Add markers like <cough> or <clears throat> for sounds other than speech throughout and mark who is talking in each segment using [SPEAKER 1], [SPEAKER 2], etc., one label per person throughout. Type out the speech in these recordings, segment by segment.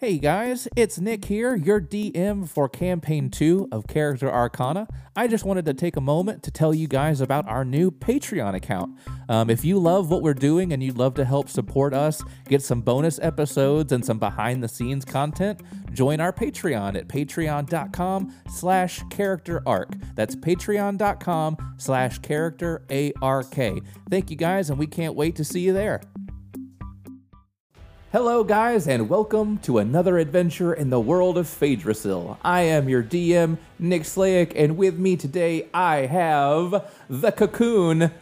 [SPEAKER 1] Hey guys, it's Nick here, your DM for Campaign 2 of Character Arcana. I just wanted to take a moment to tell you guys about our new Patreon account. Um, if you love what we're doing and you'd love to help support us, get some bonus episodes and some behind the scenes content, join our Patreon at patreon.com slash character arc. That's patreon.com slash character A-R-K. Thank you guys, and we can't wait to see you there. Hello, guys, and welcome to another adventure in the world of Phaedrusil. I am your DM, Nick Slayick, and with me today I have the cocoon,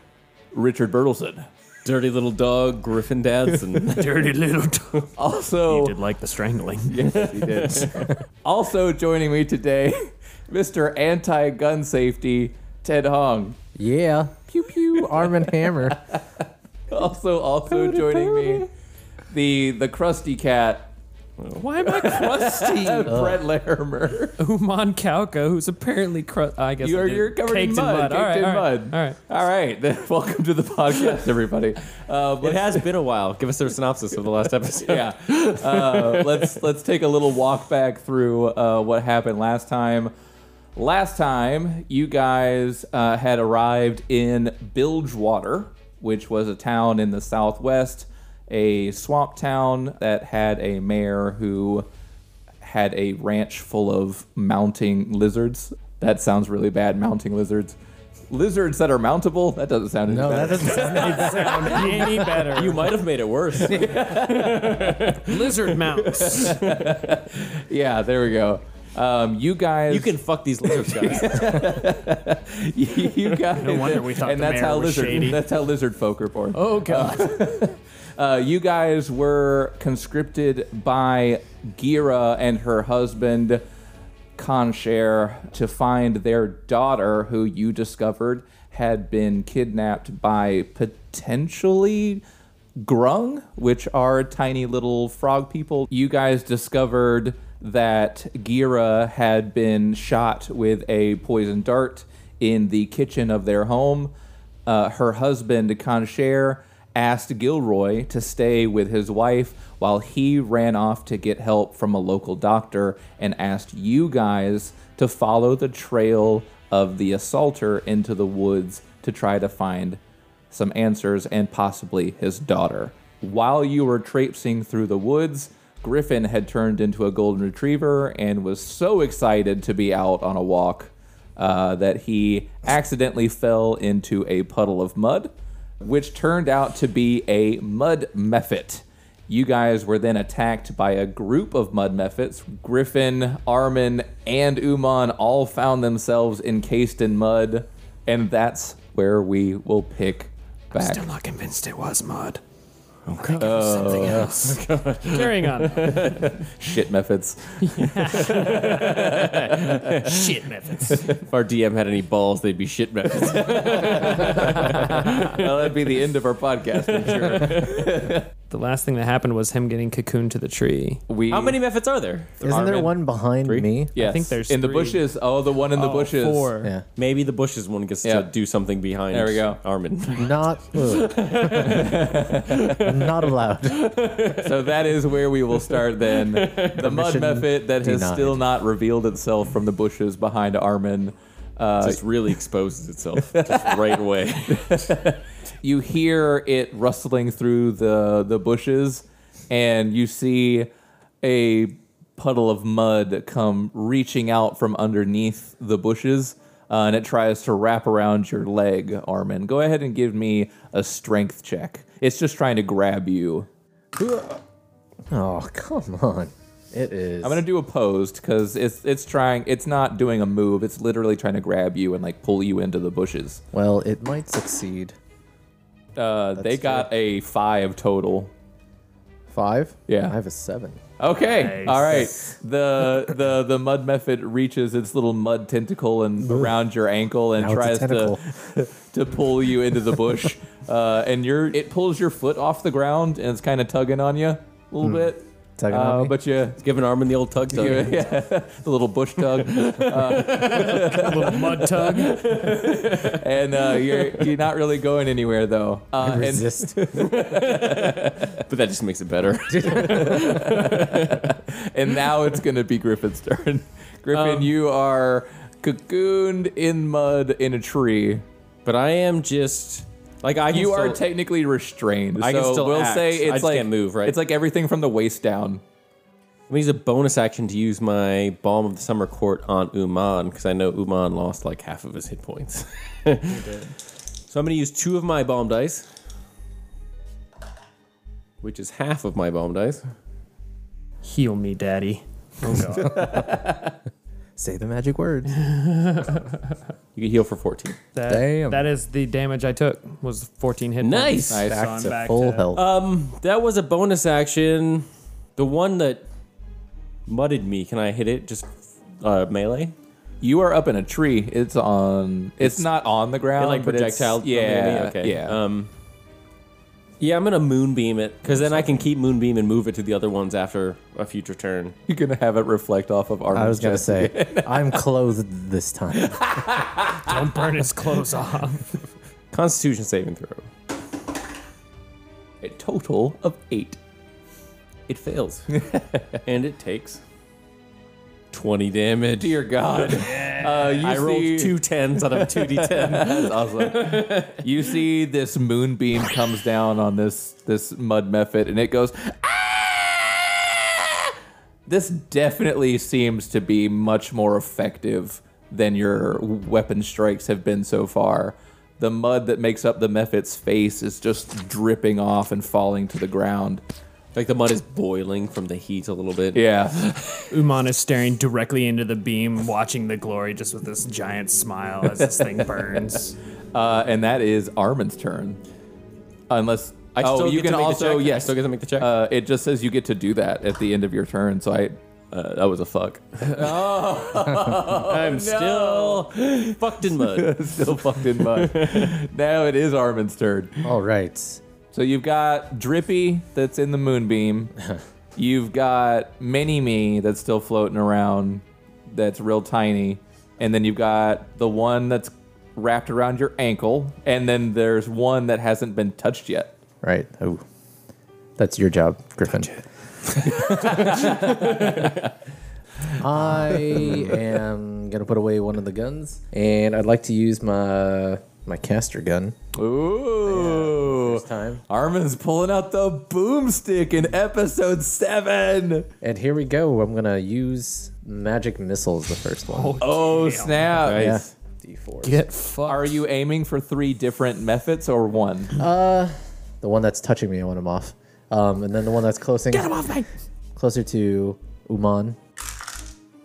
[SPEAKER 1] Richard Bertelson.
[SPEAKER 2] Dirty little dog, Griffin Dadson.
[SPEAKER 3] <laughs> Dirty little dog.
[SPEAKER 1] Also,
[SPEAKER 3] Did like the strangling.
[SPEAKER 1] also joining me today, <laughs> Mr. Anti Gun Safety, Ted Hong.
[SPEAKER 4] Yeah. Pew pew. Arm and Hammer.
[SPEAKER 1] <laughs> Also, also joining me, the the crusty cat,
[SPEAKER 5] <laughs> Why am I <laughs>
[SPEAKER 1] <laughs>
[SPEAKER 5] crusty?
[SPEAKER 1] Brett Larimer.
[SPEAKER 5] Uman Kalka, who's apparently crusty. I guess
[SPEAKER 1] You're,
[SPEAKER 5] I did.
[SPEAKER 1] you're covered
[SPEAKER 5] Caked
[SPEAKER 1] in mud.
[SPEAKER 5] all
[SPEAKER 1] caked
[SPEAKER 5] right,
[SPEAKER 1] in
[SPEAKER 5] all right,
[SPEAKER 1] mud.
[SPEAKER 5] All right.
[SPEAKER 1] All right. Then <laughs> welcome to the podcast, everybody. Uh,
[SPEAKER 2] it
[SPEAKER 1] but
[SPEAKER 2] has been a while. Give us a synopsis of the
[SPEAKER 5] <laughs>
[SPEAKER 2] last
[SPEAKER 1] <laughs>
[SPEAKER 2] episode.
[SPEAKER 1] yeah, uh, let's let's take a little walk back through uh, what happened last time. Last time, you guys uh, had arrived in Bilgewater, which was a town in the southwest, a swamp town that had a mayor who had a ranch full of mounting lizards. That sounds really bad, mounting lizards. Lizards that are mountable? That doesn't sound any
[SPEAKER 4] No, that
[SPEAKER 1] better.
[SPEAKER 4] doesn't sound
[SPEAKER 5] Any better.
[SPEAKER 2] You might have made it
[SPEAKER 4] <laughs>
[SPEAKER 2] worse.
[SPEAKER 5] Lizard mounts.
[SPEAKER 1] yeah, there we go. Um, you guys,
[SPEAKER 2] You can fuck these lizards, guys.
[SPEAKER 1] <laughs> you guys,
[SPEAKER 3] No wonder we thought
[SPEAKER 1] and
[SPEAKER 3] the
[SPEAKER 1] that's
[SPEAKER 3] mayor
[SPEAKER 1] how
[SPEAKER 3] was
[SPEAKER 1] lizard,
[SPEAKER 3] shady.
[SPEAKER 1] that's how lizard folk are born.
[SPEAKER 5] <laughs> Oh, God.
[SPEAKER 1] Uh, you guys were conscripted by Gira and her husband Conshare to find their daughter, who you discovered had been kidnapped by potentially Grung, which are tiny little frog people. You guys discovered that Gira had been shot with a poison dart in the kitchen of their home uh, her husband, Concher, asked Gilroy to stay with his wife while he ran off to get help from a local doctor and asked you guys to follow the trail of the assaulter into the woods to try to find some answers and possibly his daughter. While you were traipsing through the woods, Griffin had turned into a golden retriever and was so excited to be out on a walk uh, that he accidentally fell into a puddle of mud, which turned out to be a mud mephit. You guys were then attacked by a group of mud mephits. Griffin, Armin, and Uman all found themselves encased in mud, and that's where we will pick back.
[SPEAKER 3] Still not convinced it was mud. Okay. something else.
[SPEAKER 5] Carrying on.
[SPEAKER 1] Shit mephits.
[SPEAKER 3] Shit methods.
[SPEAKER 2] if our DM had any balls, they'd be shit methods.
[SPEAKER 1] well, that'd be the end of our podcast. I'm sure.
[SPEAKER 5] The last thing that happened was him getting cocooned to the tree.
[SPEAKER 1] We
[SPEAKER 2] How many methods are there?
[SPEAKER 4] Isn't there
[SPEAKER 1] Armin.
[SPEAKER 4] one behind me?
[SPEAKER 1] Yes,
[SPEAKER 5] think there's
[SPEAKER 1] in the
[SPEAKER 5] three.
[SPEAKER 1] bushes. Oh, the one in the bushes.
[SPEAKER 5] Four.
[SPEAKER 4] Yeah.
[SPEAKER 2] Maybe the bushes one gets
[SPEAKER 1] Yeah.
[SPEAKER 2] to do something behind.
[SPEAKER 1] There we go.
[SPEAKER 2] <laughs> Armin.
[SPEAKER 4] <laughs> Not. ugh. <laughs> Not allowed.
[SPEAKER 1] <laughs> So that is where we will start then. The mud
[SPEAKER 4] Permission
[SPEAKER 1] method that has
[SPEAKER 4] denied.
[SPEAKER 1] still not revealed itself from the bushes behind Armin. Uh,
[SPEAKER 2] Just really exposes itself just right <laughs> away.
[SPEAKER 1] you hear it rustling through the the bushes, and you see a puddle of mud come reaching out from underneath the bushes, uh, and it tries to wrap around your leg, Armin. Go ahead and give me a strength check. It's just trying to grab you.
[SPEAKER 4] Oh, come on. It is.
[SPEAKER 1] I'm gonna do opposed because it's it's trying. It's not doing a move. It's literally trying to grab you and like pull you into the bushes.
[SPEAKER 4] well, it might succeed.
[SPEAKER 1] Uh, they got a five total.
[SPEAKER 4] Five?
[SPEAKER 1] Yeah.
[SPEAKER 4] I have a seven.
[SPEAKER 1] Okay.
[SPEAKER 3] Nice.
[SPEAKER 1] All right. The the the mud method reaches its little mud tentacle and around your ankle and
[SPEAKER 4] Now it's a
[SPEAKER 1] tries to
[SPEAKER 4] tentacle.
[SPEAKER 1] to pull you into the
[SPEAKER 4] <laughs>
[SPEAKER 1] bush. uh, and you're it pulls your foot off the ground and it's kind of tugging on you a little bit.
[SPEAKER 4] Taking Hmm. on
[SPEAKER 1] Uh,
[SPEAKER 4] me?
[SPEAKER 1] but you,
[SPEAKER 2] Give an arm in the old tug tug.
[SPEAKER 1] you- <laughs> yeah, the little bush tug,
[SPEAKER 4] <laughs>
[SPEAKER 5] A little mud tug.
[SPEAKER 1] and uh, you're you're not really going anywhere though. Uh, and <laughs>
[SPEAKER 4] resist.
[SPEAKER 2] But that just makes it better.
[SPEAKER 1] and now it's gonna be Griffin's turn. <laughs> Griffin,
[SPEAKER 4] Um.
[SPEAKER 1] you are cocooned in mud in a tree.
[SPEAKER 2] <laughs> but I am just like I. Can
[SPEAKER 1] You are
[SPEAKER 2] still-
[SPEAKER 1] technically restrained.
[SPEAKER 2] I can
[SPEAKER 1] so
[SPEAKER 2] still
[SPEAKER 1] we'll
[SPEAKER 2] act.
[SPEAKER 1] say
[SPEAKER 2] I
[SPEAKER 1] it's
[SPEAKER 2] just
[SPEAKER 1] like
[SPEAKER 2] can't move, right?
[SPEAKER 1] It's like everything from the waist down.
[SPEAKER 2] I'm gonna use a bonus action to use my Balm of the Summer Court on Uman because I know Uman lost like half of his hit points. <laughs> so I'm gonna use two of my Balm dice, which is half of my Balm dice.
[SPEAKER 5] Heal me, daddy.
[SPEAKER 4] Say the magic words.
[SPEAKER 2] You can heal for 14.
[SPEAKER 5] That,
[SPEAKER 4] Damn.
[SPEAKER 5] That is the damage I took. Was 14 hit.
[SPEAKER 1] Nice.
[SPEAKER 5] points.
[SPEAKER 2] Nice.
[SPEAKER 5] So I'm
[SPEAKER 4] Back to
[SPEAKER 5] back
[SPEAKER 4] full
[SPEAKER 5] to-
[SPEAKER 4] health.
[SPEAKER 1] Um,
[SPEAKER 2] That was a bonus action. The one that mudded me. Can I hit it? Just uh, melee.
[SPEAKER 1] You are up in a tree. It's on. It's, not on the ground.
[SPEAKER 2] It, like
[SPEAKER 1] Um, but it's-
[SPEAKER 2] projectile.
[SPEAKER 1] Yeah.
[SPEAKER 2] Okay.
[SPEAKER 1] Yeah.
[SPEAKER 2] Um, yeah, I'm gonna moonbeam it because then I can keep moonbeam and move it to the other ones after a future turn.
[SPEAKER 1] You're gonna have it reflect off of our.
[SPEAKER 4] I was
[SPEAKER 1] <laughs>
[SPEAKER 4] gonna say I'm clothed this time.
[SPEAKER 5] Don't burn his
[SPEAKER 4] <laughs>
[SPEAKER 5] clothes off.
[SPEAKER 2] Constitution saving throw.
[SPEAKER 1] a total of eight. <laughs>
[SPEAKER 2] It fails, and it takes twenty damage.
[SPEAKER 1] Dear
[SPEAKER 2] <laughs>
[SPEAKER 1] God. uh, you
[SPEAKER 2] I rolled
[SPEAKER 1] see,
[SPEAKER 2] two tens out of two
[SPEAKER 1] <laughs>
[SPEAKER 2] d10.
[SPEAKER 1] That's awesome. you see this moonbeam comes down on this this mud method, and it goes. "Ah!" This definitely seems to be much more effective than your weapon strikes have been so far. The mud that makes up the mephit's face is just dripping off and falling to the ground.
[SPEAKER 2] like the mud is boiling from the heat a little bit.
[SPEAKER 1] Yeah.
[SPEAKER 5] Uman is staring directly into the beam, watching the glory just with this giant smile as this
[SPEAKER 4] <laughs>
[SPEAKER 5] thing burns.
[SPEAKER 1] Uh, and that is Armin's turn. Unless
[SPEAKER 2] I still
[SPEAKER 1] oh, you can
[SPEAKER 2] get to make the
[SPEAKER 1] also
[SPEAKER 2] check? I
[SPEAKER 1] yes,
[SPEAKER 2] still get to make the check?
[SPEAKER 1] Uh, it just says you get to do that at the end of your turn. So I,
[SPEAKER 2] Uh, that was a fuck. <laughs> I'm still fucked in <laughs> mud.
[SPEAKER 1] still fucked in mud. now it is Armin's turn.
[SPEAKER 4] All right.
[SPEAKER 1] So you've got Drippy that's in the moonbeam. you've got Mini Me that's still floating around, that's real tiny, and then you've got the one that's wrapped around your ankle, and then there's one that hasn't been touched yet.
[SPEAKER 4] Right. Oh, that's your job, Griffin. <laughs> I am gonna put away one of the guns, and I'd like to use my my caster gun.
[SPEAKER 1] Ooh.
[SPEAKER 4] First time.
[SPEAKER 1] Armin's pulling out the boomstick in episode seven.
[SPEAKER 4] And here we go. I'm gonna use magic missiles. The first one.
[SPEAKER 1] Oh
[SPEAKER 5] Damn.
[SPEAKER 1] snap!
[SPEAKER 4] yeah. D4.
[SPEAKER 5] Get fucked.
[SPEAKER 1] Are you aiming for three different methods or one?
[SPEAKER 4] The one that's touching me, I want him off. Um, and then the one that's closing. Get him off me! Closer to Uman.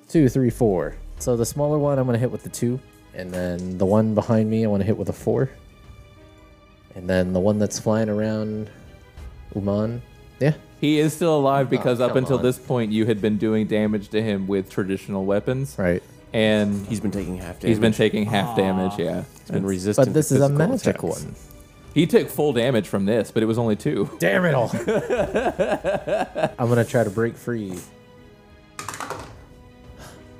[SPEAKER 4] Two, three, four. So the smaller one, I'm gonna hit with the two, and then the one behind me, I want to hit with a four, and then the one that's flying around Uman. Yeah,
[SPEAKER 1] He is still alive because up
[SPEAKER 4] Oh, come
[SPEAKER 1] until
[SPEAKER 4] on.
[SPEAKER 1] this point, you had been doing damage to him with traditional weapons,
[SPEAKER 4] right.
[SPEAKER 1] and
[SPEAKER 2] He's been taking half damage.
[SPEAKER 1] he's been taking half damage. Yeah,
[SPEAKER 2] He's been resistant.
[SPEAKER 4] But this
[SPEAKER 2] to
[SPEAKER 4] is a
[SPEAKER 2] physical
[SPEAKER 4] magic
[SPEAKER 2] attacks.
[SPEAKER 4] one.
[SPEAKER 1] he took full damage from this, but it was only
[SPEAKER 4] <laughs>
[SPEAKER 1] two.
[SPEAKER 4] Damn it all! I'm gonna try to break free.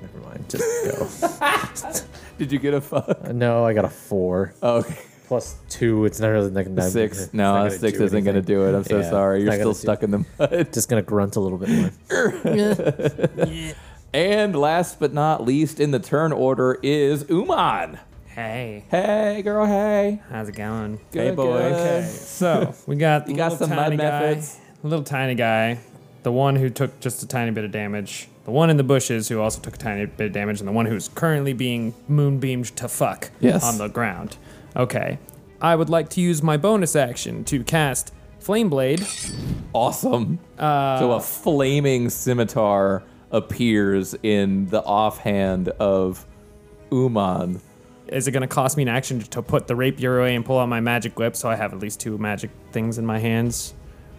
[SPEAKER 4] Never mind. Just <laughs> go.
[SPEAKER 1] Did you get a fuck?
[SPEAKER 4] no, I got a four.
[SPEAKER 1] <laughs> Okay,
[SPEAKER 4] plus two. It's not really not gonna
[SPEAKER 1] six.
[SPEAKER 4] it's
[SPEAKER 1] No,
[SPEAKER 4] not gonna
[SPEAKER 1] six
[SPEAKER 4] do
[SPEAKER 1] isn't going to
[SPEAKER 4] anything.
[SPEAKER 1] do it. I'm so
[SPEAKER 4] Yeah,
[SPEAKER 1] sorry.
[SPEAKER 4] it's
[SPEAKER 1] You're
[SPEAKER 4] not
[SPEAKER 1] still
[SPEAKER 4] gonna
[SPEAKER 1] stuck
[SPEAKER 4] do-
[SPEAKER 1] in the mud.
[SPEAKER 4] Just gonna grunt a little bit <laughs> more.
[SPEAKER 1] And last but not least, in the turn order is Uman.
[SPEAKER 5] Hey,
[SPEAKER 1] Hey, girl. Hey.
[SPEAKER 5] how's it going?
[SPEAKER 1] Good, good.
[SPEAKER 5] So we got the
[SPEAKER 1] You got
[SPEAKER 5] little
[SPEAKER 1] some
[SPEAKER 5] tiny
[SPEAKER 1] mud
[SPEAKER 5] guy,
[SPEAKER 1] methods?
[SPEAKER 5] little tiny guy, the one who took just a tiny bit of damage, the one in the bushes who also took a tiny bit of damage, and the one who's currently being moonbeamed to fuck
[SPEAKER 1] Yes.
[SPEAKER 5] on the ground. Okay, I would like to use my bonus action to cast Flame Blade.
[SPEAKER 1] Awesome.
[SPEAKER 5] Uh,
[SPEAKER 1] so a flaming scimitar appears in the offhand of Uman.
[SPEAKER 5] Is it going to cost me an action to put the rapier away and pull out my magic whip so I have at least two magic things in my hands?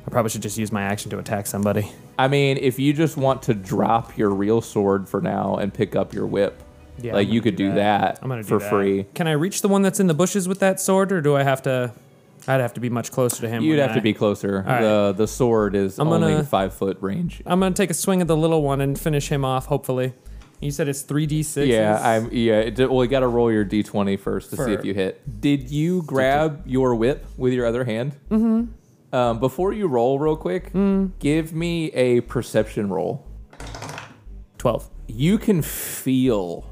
[SPEAKER 5] I probably should just use my action to attack somebody.
[SPEAKER 1] I mean, if you just want to drop your real sword for now and pick up your whip,
[SPEAKER 5] Yeah,
[SPEAKER 1] like
[SPEAKER 5] I'm
[SPEAKER 1] you
[SPEAKER 5] gonna
[SPEAKER 1] could
[SPEAKER 5] do
[SPEAKER 1] do
[SPEAKER 5] that.
[SPEAKER 1] that,
[SPEAKER 5] I'm gonna do
[SPEAKER 1] for
[SPEAKER 5] that.
[SPEAKER 1] free.
[SPEAKER 5] Can I reach the one that's in the bushes with that sword, or do I have to? I'd have to be much closer to him.
[SPEAKER 1] You'd
[SPEAKER 5] wouldn't
[SPEAKER 1] have to
[SPEAKER 5] I?
[SPEAKER 1] be closer.
[SPEAKER 5] right.
[SPEAKER 1] The the sword is
[SPEAKER 5] I'm
[SPEAKER 1] only
[SPEAKER 5] gonna-
[SPEAKER 1] five foot range.
[SPEAKER 5] I'm gonna take a swing at the little one and finish him off. Hopefully, you said it's three d six.
[SPEAKER 1] Yeah, I'm. Yeah, it, did- well, you got to roll your d20 first to see if
[SPEAKER 5] For-
[SPEAKER 1] you hit. Did you grab your whip with your other hand? Mm-hmm. Mm. Um, before you roll, real quick, give me a perception roll.
[SPEAKER 5] twelve.
[SPEAKER 1] You can feel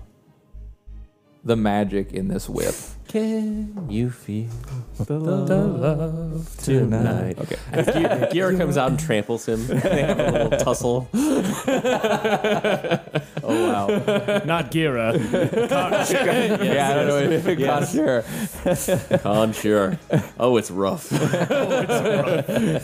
[SPEAKER 1] the magic in this <laughs> whip.
[SPEAKER 2] Can you feel the
[SPEAKER 5] Love
[SPEAKER 2] tonight?
[SPEAKER 1] Okay.
[SPEAKER 2] Uh, Okay. Gira comes out and tramples him. They have a <laughs> little tussle.
[SPEAKER 1] Oh wow.
[SPEAKER 5] Not Gira.
[SPEAKER 1] yeah, I don't know. if it got
[SPEAKER 2] <laughs>
[SPEAKER 1] sure.
[SPEAKER 2] Con sure. <laughs> Oh, it's rough.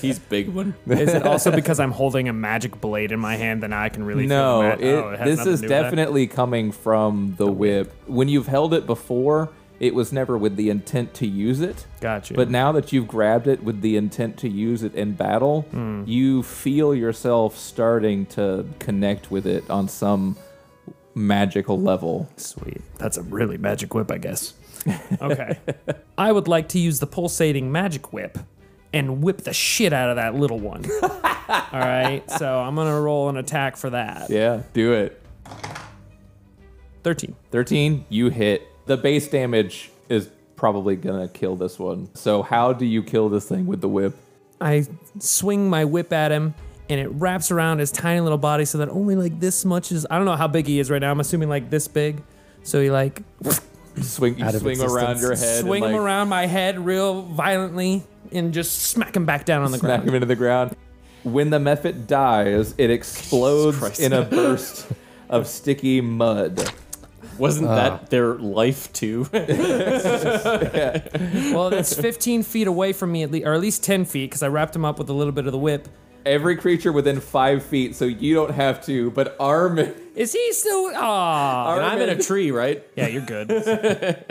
[SPEAKER 2] He's big one.
[SPEAKER 5] <laughs> Is it also because I'm holding a magic blade in my hand? Then I can really
[SPEAKER 1] no,
[SPEAKER 5] Feel the ma-
[SPEAKER 1] it,
[SPEAKER 5] oh, it has
[SPEAKER 1] this
[SPEAKER 5] nothing
[SPEAKER 1] is
[SPEAKER 5] to do with that?
[SPEAKER 1] definitely coming from the whip. When you've held it before, it was never with the intent to use it.
[SPEAKER 5] Gotcha.
[SPEAKER 1] But now that you've grabbed it with the intent to use it in battle, you feel yourself starting to connect with it on some magical level.
[SPEAKER 5] Sweet. That's a really magic whip, I guess. Okay. I would like to use the pulsating magic whip and whip the shit out of that little one. All right. So I'm going to roll an attack for that.
[SPEAKER 1] Yeah, do it.
[SPEAKER 5] 13.
[SPEAKER 1] 13, you hit. The base damage is probably going to kill this one. So, how do you kill this thing with the whip?
[SPEAKER 5] I swing my whip at him and it wraps around his tiny little body so that only like this much is. I don't know how big he is right now. I'm assuming like this big. So he like
[SPEAKER 1] Swing, you
[SPEAKER 4] Out of
[SPEAKER 1] swing around
[SPEAKER 4] existence.
[SPEAKER 1] your head. and,
[SPEAKER 5] swing
[SPEAKER 1] like,
[SPEAKER 5] him around my head real violently and just smack him
[SPEAKER 1] <laughs>
[SPEAKER 5] back down on the
[SPEAKER 1] smack
[SPEAKER 5] ground.
[SPEAKER 1] him into the ground. When the Mephit dies, it explodes in a burst of sticky mud.
[SPEAKER 2] Wasn't that their life <laughs> too?
[SPEAKER 5] Well, <laughs> it's 15 feet away from me, at least, or at least 10 feet, because I wrapped him up with a little bit of the whip.
[SPEAKER 1] Every creature within five feet, so you don't have to, but Armin,
[SPEAKER 5] Is he still? Ah.
[SPEAKER 2] and I'm in a tree, right?
[SPEAKER 5] Yeah,
[SPEAKER 1] <laughs>
[SPEAKER 5] you're good.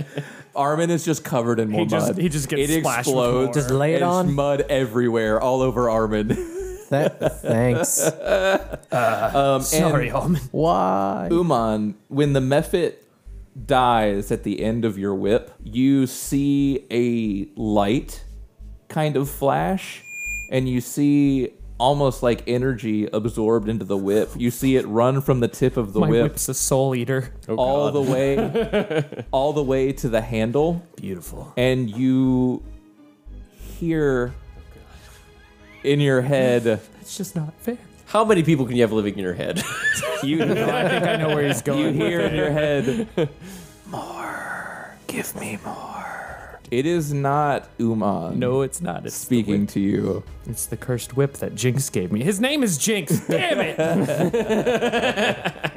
[SPEAKER 1] Armin is just covered in more
[SPEAKER 5] just-
[SPEAKER 1] mud.
[SPEAKER 5] he just gets
[SPEAKER 1] it
[SPEAKER 5] splashed with
[SPEAKER 1] explodes.
[SPEAKER 5] more. Just
[SPEAKER 4] lay it
[SPEAKER 1] It's
[SPEAKER 4] on.
[SPEAKER 1] mud everywhere, all over Armin. <laughs>
[SPEAKER 4] That, <laughs> thanks.
[SPEAKER 1] Um,
[SPEAKER 5] Sorry,
[SPEAKER 1] and
[SPEAKER 5] Almond.
[SPEAKER 4] Why?
[SPEAKER 1] Uman, when the Mephit dies at the end of your whip, you see a light kind of flash, and you see almost like energy absorbed into the whip. You see it run from the tip of the
[SPEAKER 5] My
[SPEAKER 1] whip Oh.
[SPEAKER 5] whip's a soul eater.
[SPEAKER 1] all the way
[SPEAKER 5] <laughs>
[SPEAKER 1] all the way to the handle
[SPEAKER 5] Beautiful.
[SPEAKER 1] and you hear in your head
[SPEAKER 5] That's just not fair.
[SPEAKER 2] How many people can you have living in your head?
[SPEAKER 1] you,
[SPEAKER 5] I think I know where he's going.
[SPEAKER 1] you hear in your head
[SPEAKER 3] Give me more.
[SPEAKER 1] it is not uman
[SPEAKER 5] No, it's not. It's
[SPEAKER 1] speaking to you
[SPEAKER 5] It's the cursed whip that Jinx gave me. His name
[SPEAKER 1] <laughs>
[SPEAKER 5] is Jinx. Damn it!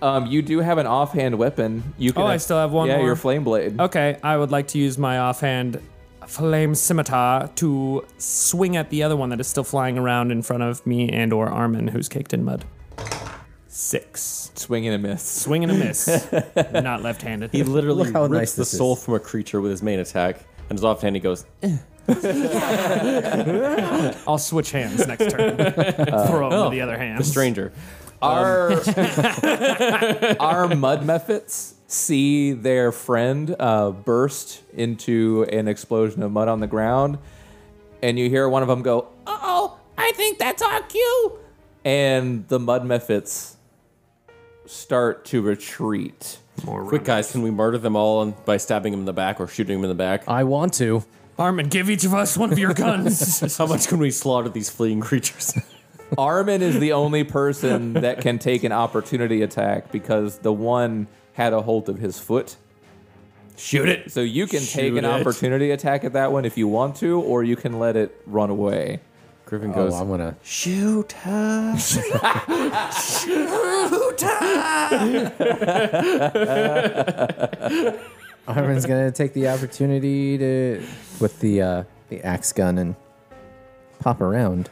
[SPEAKER 1] um you do have an offhand weapon you can
[SPEAKER 5] Oh, I still have one
[SPEAKER 1] yeah
[SPEAKER 5] more? Oh.
[SPEAKER 1] your flame blade
[SPEAKER 5] Okay, I would like to use my offhand flame scimitar to swing at the other one that is still flying around in front of me and or Armin, who's caked in mud. Six.
[SPEAKER 1] swing and a miss
[SPEAKER 5] Swing and a <laughs> miss. Not left-handed.
[SPEAKER 2] He literally
[SPEAKER 4] Look how
[SPEAKER 2] <laughs> rips
[SPEAKER 4] nice
[SPEAKER 2] the
[SPEAKER 4] this is.
[SPEAKER 2] soul from a creature with his main attack, and his offhand he goes,
[SPEAKER 5] I'll switch hands next <laughs> turn. Throw him to Uh, oh, the other hand.
[SPEAKER 2] "Stranger."
[SPEAKER 1] our Um, <laughs> our mud methods see their friend uh, burst into an explosion of mud on the ground, and you hear one of them go, "Uh oh, I think that's our cue," and the mud methods start to retreat.
[SPEAKER 2] Quick guys, can we murder them all and- by stabbing him in the back or shooting him in the back?
[SPEAKER 5] Uh,
[SPEAKER 4] I want to.
[SPEAKER 5] Armin, give each of us one of your guns. <laughs>
[SPEAKER 2] How much can we slaughter these fleeing creatures? <laughs>
[SPEAKER 1] Armin is the only person that can take an opportunity attack because the one had a hold of his foot.
[SPEAKER 2] Shoot it.
[SPEAKER 1] So you can take
[SPEAKER 2] Shoot
[SPEAKER 1] an
[SPEAKER 2] it.
[SPEAKER 1] opportunity attack at that one if you want to, or you can let it run away.
[SPEAKER 2] Griffin
[SPEAKER 4] Oh,
[SPEAKER 2] goes,
[SPEAKER 4] I'm gonna.
[SPEAKER 2] "Shoot her."
[SPEAKER 4] Armin's gonna take the opportunity to with the uh, the axe gun and pop around.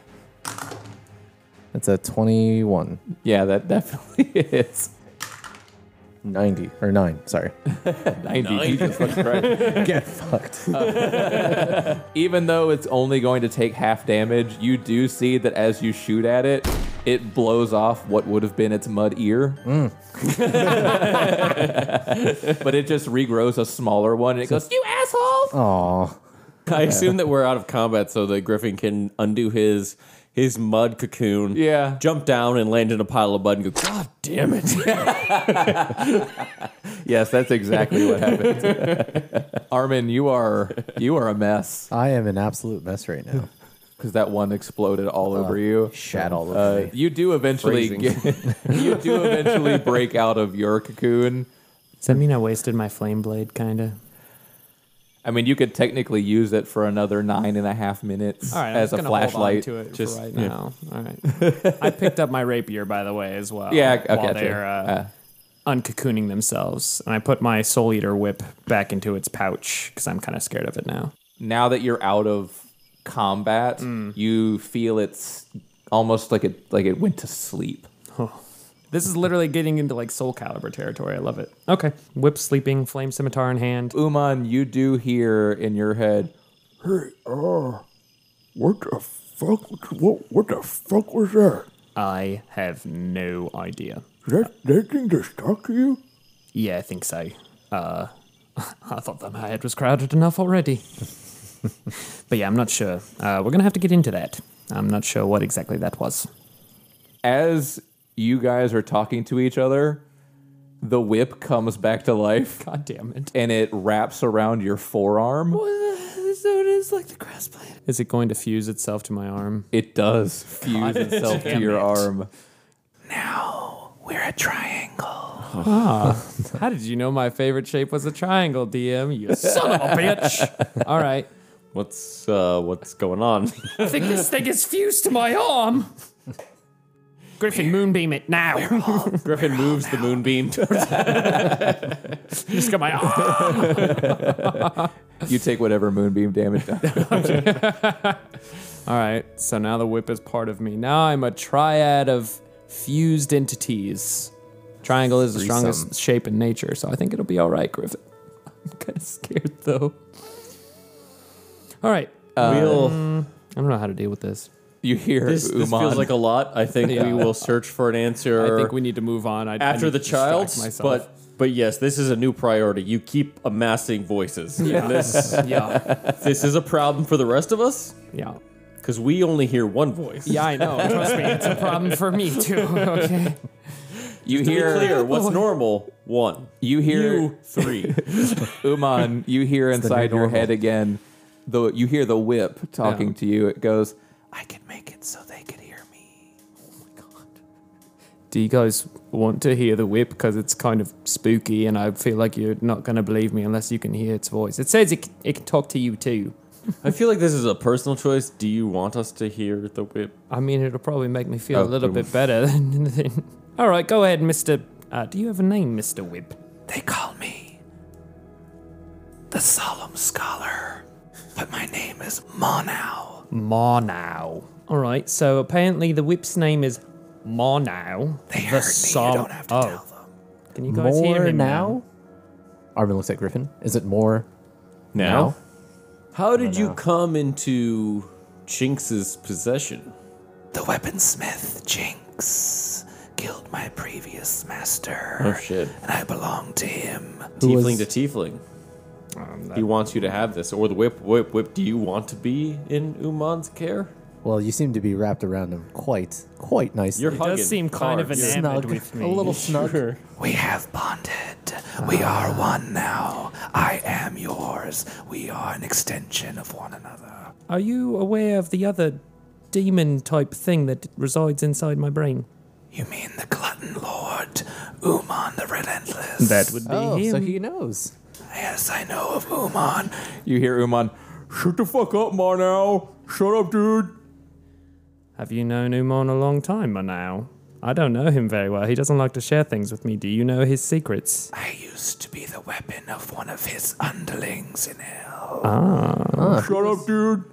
[SPEAKER 4] That's a 21,
[SPEAKER 1] Yeah, that definitely <laughs> is.
[SPEAKER 4] 90 or nine. Sorry.
[SPEAKER 1] 90. <laughs> Jesus fucking Christ.
[SPEAKER 4] <laughs> Get fucked.
[SPEAKER 1] Even though it's only going to take half damage, you do see that as you shoot at it, it blows off what would have been its mud ear. <laughs> Oh. but it just regrows a smaller one and it goes, You asshole!
[SPEAKER 4] <laughs> Aw.
[SPEAKER 2] I assume that we're out of combat, so the griffin can undo his his mud cocoon.
[SPEAKER 1] Yeah.
[SPEAKER 2] jump down and land in a pile of mud and go. God damn it!
[SPEAKER 1] Yes, that's exactly what happened. <laughs> Armin, you are you are a mess
[SPEAKER 4] I am an absolute mess right <laughs> now.
[SPEAKER 1] because that one exploded all over you.
[SPEAKER 4] Shat all over
[SPEAKER 1] Uh,
[SPEAKER 4] me.
[SPEAKER 1] you do eventually get, <laughs> you do eventually break out of your cocoon.
[SPEAKER 5] Does that mean I wasted my flame blade, kind of?
[SPEAKER 1] I mean, you could technically use it for another nine and a half minutes
[SPEAKER 5] All right, I'm
[SPEAKER 1] as
[SPEAKER 5] just
[SPEAKER 1] a
[SPEAKER 5] gonna hold on
[SPEAKER 1] flashlight.
[SPEAKER 5] to it for
[SPEAKER 1] Just-
[SPEAKER 5] right now. All right, <laughs> I picked up my rapier by the way as well.
[SPEAKER 1] Yeah, I- I
[SPEAKER 5] while
[SPEAKER 1] gotcha.
[SPEAKER 5] they're uh, uncocooning themselves, and I put my soul eater whip back into its pouch because I'm kind of scared of it now.
[SPEAKER 1] now that you're out of combat,
[SPEAKER 5] Mm.
[SPEAKER 1] you feel it's almost like it like it went to sleep.
[SPEAKER 5] This is literally getting into like Soul Caliber territory. I love it. Okay, whip sleeping, flame scimitar in hand.
[SPEAKER 1] Uman, you do hear in your head, uh,
[SPEAKER 3] What the fuck? What, what the fuck was that?
[SPEAKER 5] I have no idea.
[SPEAKER 3] That, that thing just talked to you?
[SPEAKER 5] Yeah, I think so. Uh, <laughs> I thought that my head was crowded enough already. <laughs> but yeah, I'm not sure. Uh, we're gonna have to get into that. I'm not sure what exactly that was.
[SPEAKER 1] as you guys are talking to each other, the whip comes back to life
[SPEAKER 5] God damn it.
[SPEAKER 1] and it wraps around your forearm.
[SPEAKER 5] So it is like the grass blade. Is it going to fuse itself to my arm?
[SPEAKER 1] It does fuse
[SPEAKER 3] <laughs>
[SPEAKER 1] itself to
[SPEAKER 5] damn
[SPEAKER 1] your
[SPEAKER 5] it.
[SPEAKER 1] arm.
[SPEAKER 5] We're a <laughs> triangle. Ah, How did you know my favorite shape was a triangle, DM? <laughs> You son of a bitch. All right.
[SPEAKER 2] What's uh, what's going on? <laughs>
[SPEAKER 5] I think this thing is fused to my arm. Griffin, moonbeam it now.
[SPEAKER 2] Griffin moves the
[SPEAKER 5] <laughs>
[SPEAKER 2] moonbeam. Towards
[SPEAKER 5] Just got my <laughs> arm.
[SPEAKER 1] You take whatever moonbeam damage.
[SPEAKER 3] <laughs>
[SPEAKER 5] All right. So now the whip is part of me. Now I'm a triad of fused entities. Triangle is the strongest shape in nature, so I think it'll be all right, Griffin. <laughs> I'm kind of scared though. All right.
[SPEAKER 2] we'll,
[SPEAKER 5] I don't know how to deal with this.
[SPEAKER 1] You hear
[SPEAKER 2] this,
[SPEAKER 1] Uman.
[SPEAKER 2] this feels like a lot. I think we will search for an answer.
[SPEAKER 5] I think we need to move on. I, I
[SPEAKER 2] after
[SPEAKER 5] need
[SPEAKER 2] the
[SPEAKER 5] to distract
[SPEAKER 2] child,
[SPEAKER 5] myself.
[SPEAKER 2] but but yes, this is a new priority. You keep amassing voices. And this
[SPEAKER 5] <laughs> yeah,
[SPEAKER 2] this is a problem for the rest of us
[SPEAKER 5] yeah,
[SPEAKER 2] because we only hear one voice.
[SPEAKER 5] yeah. I know. Trust me, it's a problem for me too. <laughs> Okay.
[SPEAKER 1] you
[SPEAKER 2] To be
[SPEAKER 1] hear
[SPEAKER 2] clear, what's normal? One.
[SPEAKER 1] you hear
[SPEAKER 2] You three.
[SPEAKER 1] Uman, you hear inside your head again. The you hear the whip talking
[SPEAKER 5] Yeah.
[SPEAKER 1] to you. It goes, "I can make it so they can hear me."
[SPEAKER 5] Do you guys want to hear the whip? Because it's kind of spooky, and I feel like you're not going to believe me unless you can hear its voice. It says it, c- it can talk to you too.
[SPEAKER 2] I feel like this is a personal choice. Do you want us to hear the whip?
[SPEAKER 5] I mean, it'll probably make me feel
[SPEAKER 2] Oh,
[SPEAKER 5] a little
[SPEAKER 2] boom.
[SPEAKER 5] bit better <laughs> than. than- All right, go ahead, Mister. Uh, do you have a name, Mister Whip?
[SPEAKER 3] They call me the Solemn Scholar, but my name is Monau.
[SPEAKER 5] Marnow. All right, so apparently the whip's name is Marnow.
[SPEAKER 3] They
[SPEAKER 5] the
[SPEAKER 3] heard me. You
[SPEAKER 5] Sol-
[SPEAKER 3] don't have to
[SPEAKER 5] oh.
[SPEAKER 3] tell them.
[SPEAKER 5] Can you guys hear
[SPEAKER 4] More
[SPEAKER 5] him
[SPEAKER 4] now? Armin looks at Griffin. Is it more now?
[SPEAKER 2] How did you come into Chinx's possession?
[SPEAKER 3] The weaponsmith Jinx killed my previous master.
[SPEAKER 2] Oh, shit.
[SPEAKER 3] And I belong to him.
[SPEAKER 2] Tiefling to tiefling. he wants you to have this, or the whip, whip, whip. Do you want to be in Uman's care?
[SPEAKER 4] Well, you seem to be wrapped around him quite, quite nicely.
[SPEAKER 2] You're
[SPEAKER 5] It
[SPEAKER 2] hugging.
[SPEAKER 5] does seem kind of
[SPEAKER 2] Cards.
[SPEAKER 5] enamored
[SPEAKER 4] snug,
[SPEAKER 5] with me.
[SPEAKER 4] a little snug.
[SPEAKER 3] We have bonded. We are one now. I am yours. We are an extension of one another.
[SPEAKER 5] Are you aware of the other demon type thing that resides inside my brain?
[SPEAKER 3] You mean the glutton lord, Uman the Relentless?
[SPEAKER 5] would be
[SPEAKER 4] Oh, so he knows.
[SPEAKER 3] Yes, I know of Uman.
[SPEAKER 1] You hear Uman, "Shut the fuck up, Marnow! Shut up, dude!"
[SPEAKER 5] Have you known Uman a long time by now? I don't know him very well. He doesn't like to share things with me. Do you know his secrets?
[SPEAKER 3] I used to be the weapon of one of his underlings in hell.
[SPEAKER 1] Shut up, dude!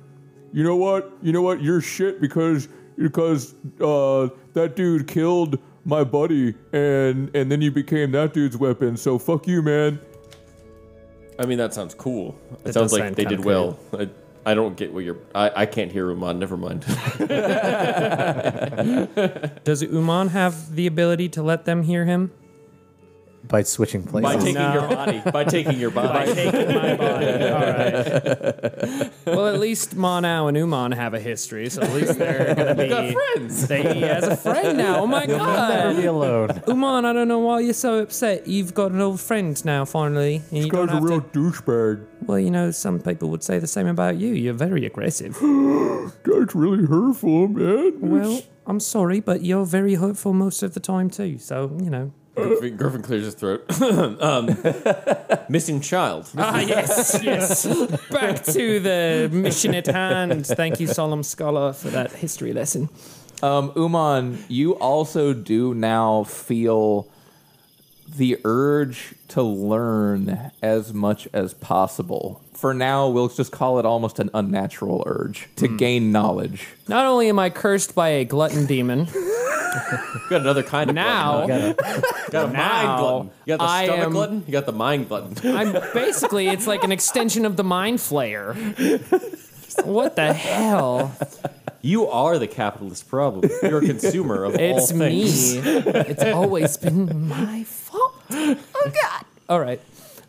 [SPEAKER 1] You know what? You know what? You're shit because because uh, that dude killed my buddy, and and then you became that dude's weapon. So fuck you, man.
[SPEAKER 2] I mean, that sounds cool. It
[SPEAKER 5] That
[SPEAKER 2] sounds
[SPEAKER 5] does
[SPEAKER 2] like
[SPEAKER 5] sound
[SPEAKER 2] they
[SPEAKER 5] kinda
[SPEAKER 2] did well. I, I don't get what you're. I, I can't hear Uman. Never mind.
[SPEAKER 5] Does Uman have the ability to let them hear him?
[SPEAKER 4] by switching places.
[SPEAKER 2] <laughs> By taking
[SPEAKER 5] No.
[SPEAKER 2] your body. By taking your
[SPEAKER 5] by
[SPEAKER 2] body.
[SPEAKER 5] taking my body. All right. Well, at least Monau and Uman have a history, so at least they're gonna be friends. They, he has a friend now. Oh my
[SPEAKER 4] Never
[SPEAKER 5] god,
[SPEAKER 4] be alone.
[SPEAKER 5] Uman! I don't know why you're so upset. You've got an old friend now, finally. And you don't have to-
[SPEAKER 2] douchebag.
[SPEAKER 5] well, you know, some people would say the same about you. You're very
[SPEAKER 4] <gasps>
[SPEAKER 5] aggressive.
[SPEAKER 2] That's really hurtful, man.
[SPEAKER 5] well, I'm sorry, but you're very hurtful most of the time too. So you know.
[SPEAKER 2] Griffin, Griffin clears his throat. <coughs> um, missing <laughs> child.
[SPEAKER 5] Ah, yes, yes. Back to the mission at hand. Thank you, Solemn Scholar, for that history lesson.
[SPEAKER 1] Um, Uman, you also do now feel the urge to learn as much as possible. For now, we'll just call it almost an unnatural urge to
[SPEAKER 2] Hmm.
[SPEAKER 1] gain knowledge.
[SPEAKER 5] Not only am I cursed by a glutton demon,
[SPEAKER 2] Got another kind of <laughs>
[SPEAKER 5] now
[SPEAKER 2] glutton, huh? got a
[SPEAKER 5] now
[SPEAKER 2] mind glutton. You got the
[SPEAKER 5] I
[SPEAKER 2] stomach
[SPEAKER 5] am-
[SPEAKER 2] glutton. You got the mind glutton.
[SPEAKER 5] I'm basically it's like an extension of the mind flayer. What the hell?
[SPEAKER 2] You are the capitalist problem. You're
[SPEAKER 5] <laughs>
[SPEAKER 2] a consumer of all
[SPEAKER 5] It's me.
[SPEAKER 2] things.
[SPEAKER 5] It's always been my fault. Oh God! All right,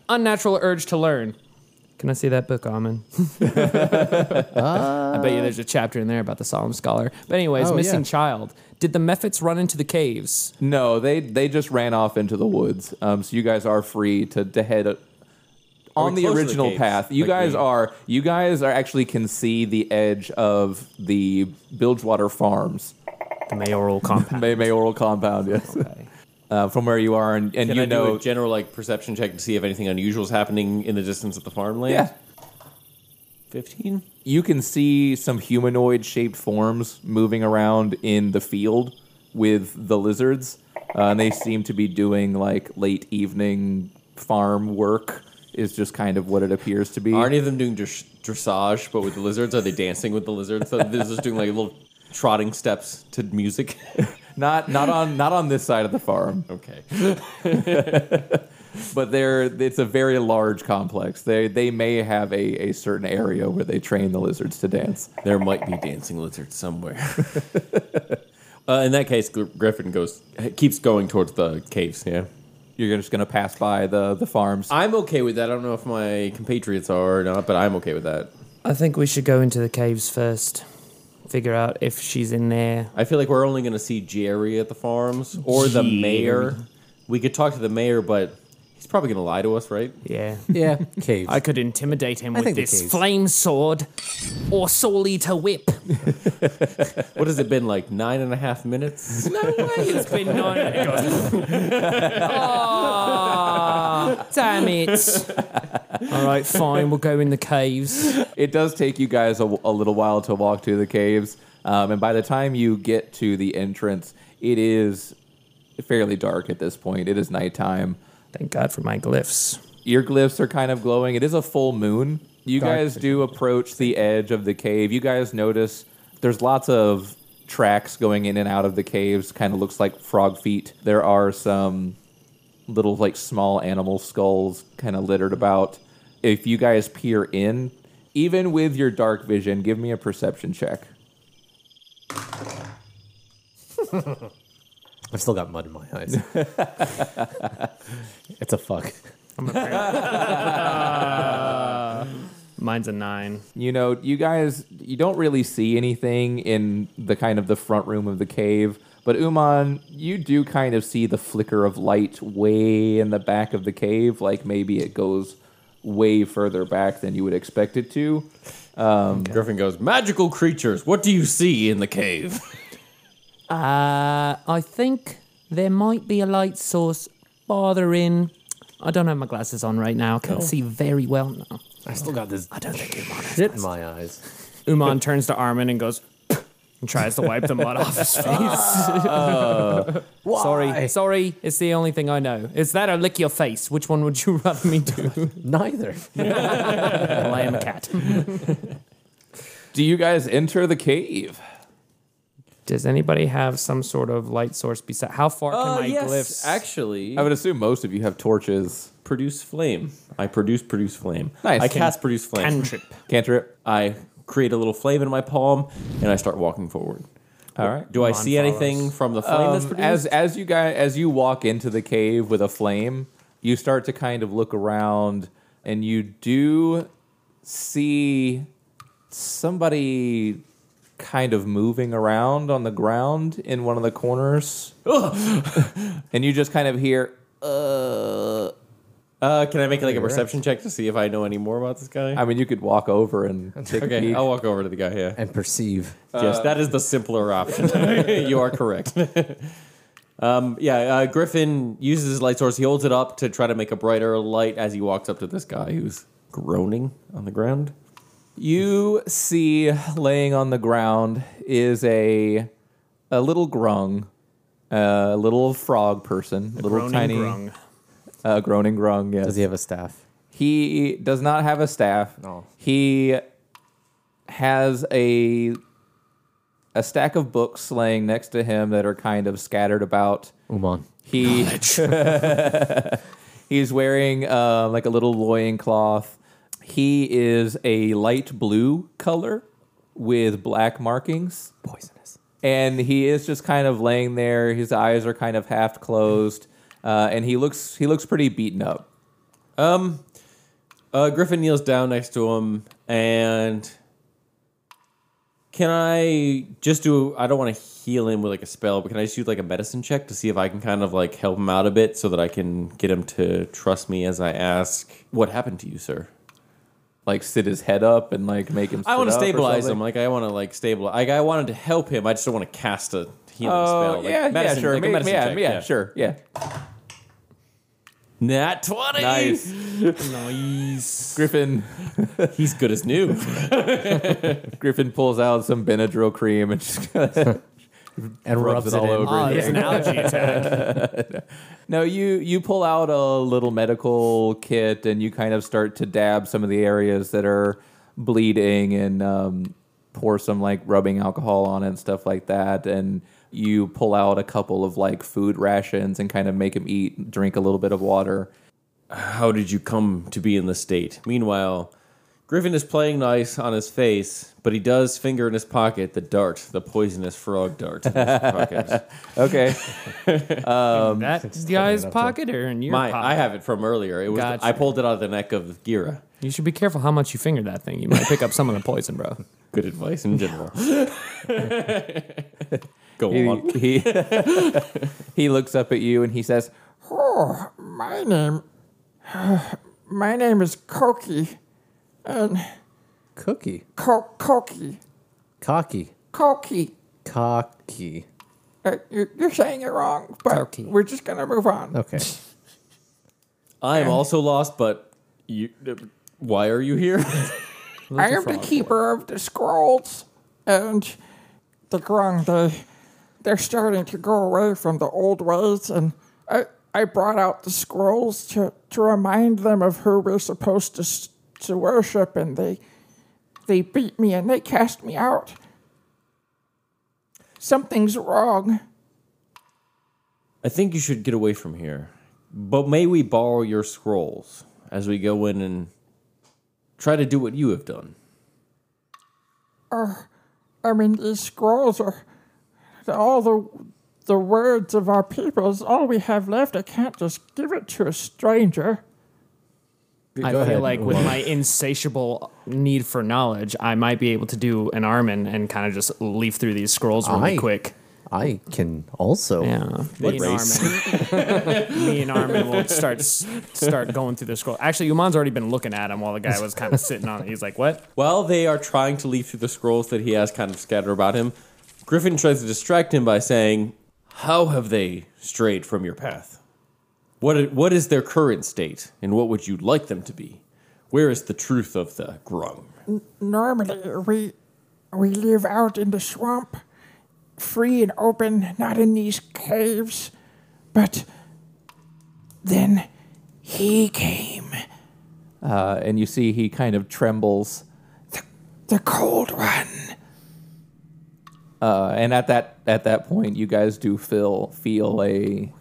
[SPEAKER 5] unnatural urge to learn. Can I see that book,
[SPEAKER 4] <laughs>
[SPEAKER 5] Amin? I bet you there's a chapter in there about the solemn scholar. But anyways,
[SPEAKER 4] Oh,
[SPEAKER 5] missing
[SPEAKER 4] yeah.
[SPEAKER 5] child. Did the Mephits run into the caves?
[SPEAKER 1] No, they they just ran off into the woods. Um, so you guys are free to, to head uh, on
[SPEAKER 2] we
[SPEAKER 1] the
[SPEAKER 2] close to the
[SPEAKER 1] original
[SPEAKER 2] caves?
[SPEAKER 1] path. You
[SPEAKER 2] Like
[SPEAKER 1] guys
[SPEAKER 2] we-
[SPEAKER 1] are you guys are actually can see the edge of the Bilgewater Farms,
[SPEAKER 5] The mayoral compound.
[SPEAKER 1] May mayoral compound. Yes, <laughs> uh, from where you are, and, and
[SPEAKER 2] Can
[SPEAKER 1] you
[SPEAKER 2] I do
[SPEAKER 1] know
[SPEAKER 2] a general like perception check to see if anything unusual is happening in the distance of the farmland?
[SPEAKER 1] Yeah.
[SPEAKER 2] Fifteen.
[SPEAKER 1] you can see some humanoid shaped forms moving around in the field with the lizards. Uh, and they seem to be doing like late evening farm work, is just kind of what it appears to be.
[SPEAKER 2] Are any of them doing dress- dressage, but with the lizards? Are they dancing with the lizards? So they're just doing like little trotting steps to
[SPEAKER 1] <laughs>
[SPEAKER 2] music.
[SPEAKER 1] Not, not, on, not on this side of the farm,
[SPEAKER 2] okay.
[SPEAKER 1] but they're, it's a very large complex. They, they may have a, a certain area where they train the lizards to dance.
[SPEAKER 2] There might be dancing lizards somewhere. <laughs> uh, in that case, Gr- Griffin goes keeps going towards the caves. Yeah.
[SPEAKER 1] You're just going to pass by the, the farms.
[SPEAKER 2] I'm okay with that. I don't know if my compatriots are or not, but I'm okay with that.
[SPEAKER 5] I think we should go into the caves first. Figure out if she's in there.
[SPEAKER 2] I feel like we're only going to see Jerry at the farms or the
[SPEAKER 5] Jerry.
[SPEAKER 2] mayor. We could talk to the mayor, but he's probably going to lie to us, right?
[SPEAKER 5] Yeah.
[SPEAKER 4] Yeah, <laughs> caves.
[SPEAKER 5] I could intimidate him with
[SPEAKER 4] think the
[SPEAKER 5] this
[SPEAKER 4] caves.
[SPEAKER 5] flame sword or Soul Eater whip.
[SPEAKER 2] What has it been like nine and a half minutes?
[SPEAKER 5] No way <laughs> it's been nine. It goes, oh, damn it. All right, fine. We'll go in the caves.
[SPEAKER 1] it does take you guys a, a little while to walk to the caves, um, and by the time you get to the entrance, it is fairly dark at this point. It is nighttime.
[SPEAKER 5] Thank God for my glyphs.
[SPEAKER 1] Your glyphs are kind of glowing. It is a full moon. You
[SPEAKER 4] Dark.
[SPEAKER 1] guys do approach the edge of the cave. You guys notice there's lots of tracks going in and out of the caves. Kind of looks like frog feet. There are some little like small animal skulls kind of littered about. If you guys peer in, even with your dark vision, give me a perception check.
[SPEAKER 4] <laughs> I've still got mud in my eyes. <laughs> it's a fuck.
[SPEAKER 5] Mine's a nine.
[SPEAKER 1] you know you guys you don't really see anything in the kind of the front room of the cave but uman you do kind of see the flicker of light way in the back of the cave like maybe it goes way further back than you would expect it to
[SPEAKER 2] Griffin goes, Magical creatures, what do you see in the cave?
[SPEAKER 5] Uh, I think there might be a light source farther in. I don't have my glasses on right now. I
[SPEAKER 4] Oh.
[SPEAKER 5] can't see very well now.
[SPEAKER 4] I still got this. I don't think shit in my eyes.
[SPEAKER 5] Uman turns to Armin and goes, and tries to wipe the mud off
[SPEAKER 4] <laughs>
[SPEAKER 5] his face.
[SPEAKER 4] Uh, Why?
[SPEAKER 5] sorry, sorry. It's the only thing I know. Is that or lick your face? Which one would you <laughs> rather me do?
[SPEAKER 4] Neither.
[SPEAKER 5] well, I am a <laughs> cat.
[SPEAKER 1] do you guys enter the cave
[SPEAKER 5] Does anybody have some sort of light source beside? How far can
[SPEAKER 4] Uh,
[SPEAKER 5] my glyphs?
[SPEAKER 2] actually.
[SPEAKER 1] i would assume most of you have torches
[SPEAKER 2] produce flame. I produce, produce flame.
[SPEAKER 1] Nice.
[SPEAKER 2] I cast, produce flame. <laughs>
[SPEAKER 5] Cantrip.
[SPEAKER 1] cantrip
[SPEAKER 2] I create a little flame in my palm, and I start walking forward.
[SPEAKER 1] All right.
[SPEAKER 2] Do I
[SPEAKER 5] Mon
[SPEAKER 2] see anything
[SPEAKER 5] follows.
[SPEAKER 2] from the flame that's
[SPEAKER 1] Um, as
[SPEAKER 2] produced?
[SPEAKER 1] as you guys as you walk into the cave with a flame, you start to kind of look around, and you do see somebody kind of moving around on the ground in one of the corners, <laughs> and you just kind of hear. Uh,
[SPEAKER 2] uh, can I make like a perception check to see if I know any more about this guy?
[SPEAKER 1] I mean, you could walk over and take a
[SPEAKER 2] okay,
[SPEAKER 1] peek.
[SPEAKER 2] I'll walk over to the guy. Yeah.
[SPEAKER 4] and perceive.
[SPEAKER 2] yes, that is the simpler option. <laughs> you are correct. <laughs> um, yeah, uh, Griffin uses his light source. He holds it up to try to make a brighter light as he walks up to this guy who's groaning on the ground.
[SPEAKER 1] You see, laying on the ground is a a little grung, a little frog person, little
[SPEAKER 5] Groaning
[SPEAKER 1] tiny
[SPEAKER 5] grung.
[SPEAKER 1] Uh, groaning grung. Yes,
[SPEAKER 4] Does he have a staff?
[SPEAKER 1] he does not have a staff.
[SPEAKER 4] No.
[SPEAKER 1] He has a a stack of books laying next to him that are kind of scattered about.
[SPEAKER 4] Uman.
[SPEAKER 1] He <laughs> he's wearing uh, like a little loincloth. He is a light blue color with black markings,
[SPEAKER 4] Poisonous.
[SPEAKER 1] and he is just kind of laying there. His eyes are kind of half closed, uh, and he looks he looks pretty beaten up.
[SPEAKER 2] Uh, Griffin kneels down next to him and. Can I just do? I don't want to heal him with like a spell, but can I just do like a medicine check to see if I can kind of like help him out a bit so that I can get him to trust me as I ask, "What happened to you, sir?"
[SPEAKER 1] Like sit his head up and like make him.
[SPEAKER 2] I want to
[SPEAKER 1] sit up or
[SPEAKER 2] stabilize
[SPEAKER 1] something.
[SPEAKER 2] him. Like I want to like stabilize. Like I wanted to help him. I just don't want to cast a healing
[SPEAKER 1] Oh
[SPEAKER 2] spell. Like,
[SPEAKER 1] yeah, yeah,
[SPEAKER 2] medicine-
[SPEAKER 1] sure,
[SPEAKER 2] like a
[SPEAKER 1] Ma-
[SPEAKER 2] medicine
[SPEAKER 1] yeah,
[SPEAKER 2] check,
[SPEAKER 1] yeah, sure, yeah.
[SPEAKER 2] Nat twenty. <laughs>
[SPEAKER 1] Nice.
[SPEAKER 5] Nice.
[SPEAKER 1] Griffin
[SPEAKER 2] He's good as new.
[SPEAKER 1] Griffin pulls out some Benadryl cream and just
[SPEAKER 4] And
[SPEAKER 1] Rubs
[SPEAKER 4] rubs,
[SPEAKER 1] it
[SPEAKER 4] it,
[SPEAKER 1] all
[SPEAKER 4] in.
[SPEAKER 1] over.
[SPEAKER 5] Oh, it's an allergy attack.
[SPEAKER 1] No, you you pull out a little medical kit and you kind of start to dab some of the areas that are bleeding and um, pour some like rubbing alcohol on it and stuff like that. And you pull out a couple of like food rations and kind of make him eat, drink a little bit of water.
[SPEAKER 2] How did you come to be in the state? Meanwhile, Griffin is playing nice on his face, but he does finger in his pocket the dart, the poisonous frog dart in his pocket.
[SPEAKER 1] Okay,
[SPEAKER 5] That's the guy's pocket or in your
[SPEAKER 2] My,
[SPEAKER 5] pocket?
[SPEAKER 2] I have it from earlier. It was
[SPEAKER 5] Gotcha.
[SPEAKER 2] I pulled it out of the neck of Gira.
[SPEAKER 5] you should be careful how much you finger that thing. You might pick up some of the poison,
[SPEAKER 4] <laughs>
[SPEAKER 5] bro.
[SPEAKER 2] Good advice in general. Go on.
[SPEAKER 1] he <laughs> he, he looks up at you and he says,
[SPEAKER 6] Oh, my name. <sighs> My name is Koki. And
[SPEAKER 4] Cookie.
[SPEAKER 6] Ko- Koki.
[SPEAKER 4] Cocky.
[SPEAKER 6] Koki.
[SPEAKER 4] Cocky.
[SPEAKER 6] Uh, you're, you're saying it wrong, but
[SPEAKER 5] Koki.
[SPEAKER 6] we're just going to move on.
[SPEAKER 4] Okay.
[SPEAKER 2] I am also lost, but you. Why are you here? <laughs>
[SPEAKER 6] I am the keeper of the scrolls. And the Grung, they, they're starting to go away from the old ways. And I, I brought out the scrolls to, to remind them of who we're supposed to, s- to worship. And they, they beat me and they cast me out. Something's wrong.
[SPEAKER 2] I think you should get away from here. But may we borrow your scrolls as we go in and try to do what you have done?
[SPEAKER 6] I mean, these scrolls are all the the words of our people is all we have left. I can't just give it to a stranger.
[SPEAKER 5] I feel like with my insatiable need for knowledge, I might be able to do an Armin and kind of just leaf through these scrolls really
[SPEAKER 4] Aye.
[SPEAKER 5] quick.
[SPEAKER 4] I can also.
[SPEAKER 5] Yeah, me and Armin. <laughs> me and Armin will start s- start going through the scroll. Actually, Uman's already been looking at him while the guy was kind of sitting on it. He's like, "What?
[SPEAKER 2] While they are trying to leaf through the scrolls that he has kind of scattered about him, Griffin tries to distract him by saying, How have they strayed from your path? What, i- what is their current state, and what would you like them to be? Where is the truth of the grung?
[SPEAKER 6] Normally, we we live out in the swamp, free and open, not in these caves. But then he came,
[SPEAKER 1] uh, and you see he kind of trembles.
[SPEAKER 6] the cold one.
[SPEAKER 1] Uh, and at that at that point, you guys do feel feel a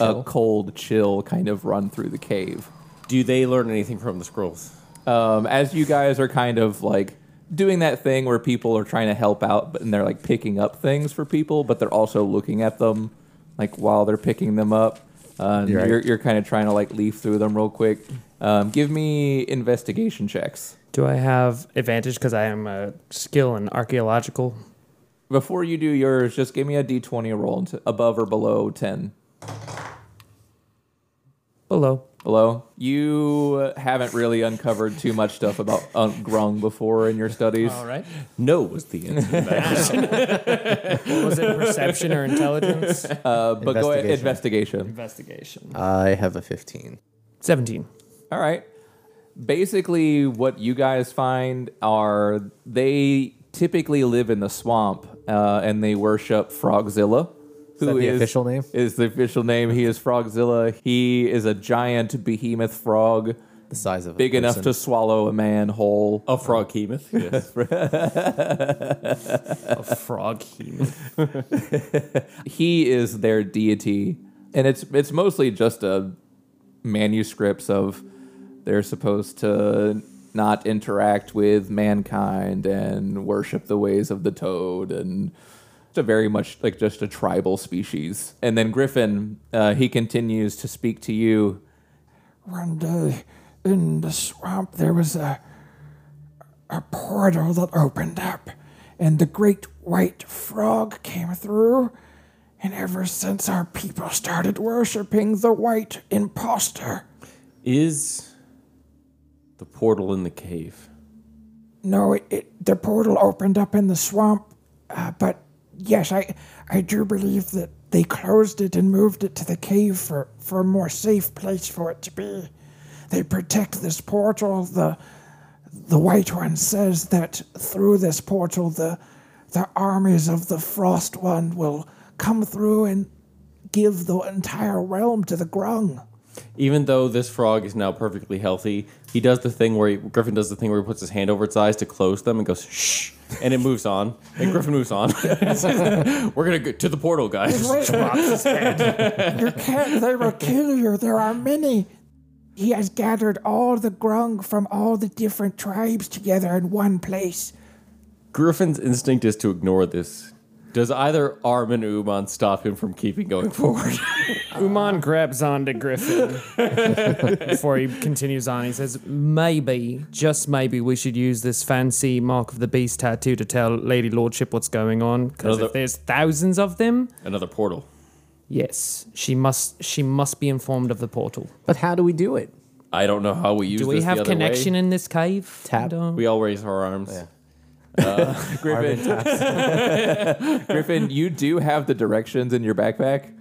[SPEAKER 1] a cold chill kind of run through the cave.
[SPEAKER 2] Do they learn anything from the scrolls?
[SPEAKER 1] Um, as you guys are kind of like doing that thing where people are trying to help out, but and they're like picking up things for people, but they're also looking at them, like while they're picking them up. Uh, and
[SPEAKER 4] You're
[SPEAKER 1] you're,
[SPEAKER 4] right.
[SPEAKER 1] you're kind of trying to like leaf through them real quick. Um, give me investigation checks.
[SPEAKER 5] Do I have advantage because I am a skill in archaeological?
[SPEAKER 1] Before you do yours, just give me a d20 roll t- above or below 10.
[SPEAKER 5] Below.
[SPEAKER 1] Below. You haven't really uncovered too much stuff about uh, Grung before in your studies.
[SPEAKER 5] right.
[SPEAKER 2] No was the answer.
[SPEAKER 5] <laughs> Was it perception or intelligence?
[SPEAKER 1] Uh, but go ahead, investigation.
[SPEAKER 5] Investigation.
[SPEAKER 4] I have a 15.
[SPEAKER 5] 17.
[SPEAKER 1] All right. Basically, what you guys find are they typically live in the swamp uh, and they worship Frogzilla. who
[SPEAKER 4] that the official name?
[SPEAKER 1] Is the official name. He is Frogzilla. He is a giant behemoth frog,
[SPEAKER 4] The size of a
[SPEAKER 1] big enough to
[SPEAKER 4] person.
[SPEAKER 1] swallow a man whole.
[SPEAKER 2] A frog hemoth. Yes.
[SPEAKER 5] A frog hemoth.
[SPEAKER 1] He is their deity, and it's it's mostly just a manuscripts of they're supposed to not interact with mankind and worship the ways of the toad and it's a very much like just a tribal species and then griffin uh, he continues to speak to you
[SPEAKER 6] One day in the swamp, there was a, a portal that opened up, and the great white frog came through. And ever since our people started worshiping the white imposter,
[SPEAKER 2] Is the portal in the cave?
[SPEAKER 6] no, it, it, the portal opened up in the swamp. Uh, but yes, I, I do believe that they closed it and moved it to the cave for, for a more safe place for it to be. They protect this portal. The, the White One says that through this portal, the, the armies of the Frost One will come through and give the entire realm to the Grung.
[SPEAKER 2] <laughs> Even though this frog is now perfectly healthy, he does the thing where he, Griffin does the thing where he puts his hand over its eyes to close them and goes shh, and it moves on. And Griffin moves on. <laughs> We're gonna go to the portal, guys.
[SPEAKER 6] <laughs> You can't, they will kill you. There are many. He has gathered all the grung from all the different tribes together in one place.
[SPEAKER 2] Griffin's instinct is to ignore this. Does either Arm and Uman stop him from keeping going <laughs> forward?
[SPEAKER 5] Uman grabs onto Griffin before he continues on. He says, Maybe, just maybe, we should use this fancy Mark of the Beast tattoo to tell Lady Lordship what's going on. Because
[SPEAKER 2] Another-
[SPEAKER 5] if there's thousands of them,
[SPEAKER 2] Another portal.
[SPEAKER 5] yes, she must she must be informed of the portal.
[SPEAKER 4] But how do we do it?
[SPEAKER 2] I don't know how we use.
[SPEAKER 5] Do we
[SPEAKER 2] this the
[SPEAKER 5] have
[SPEAKER 2] other way.
[SPEAKER 5] connection in this cave?
[SPEAKER 4] Tap.
[SPEAKER 5] Don't-
[SPEAKER 2] We all raise our arms.
[SPEAKER 1] griffin griffin you do have the directions in your backpack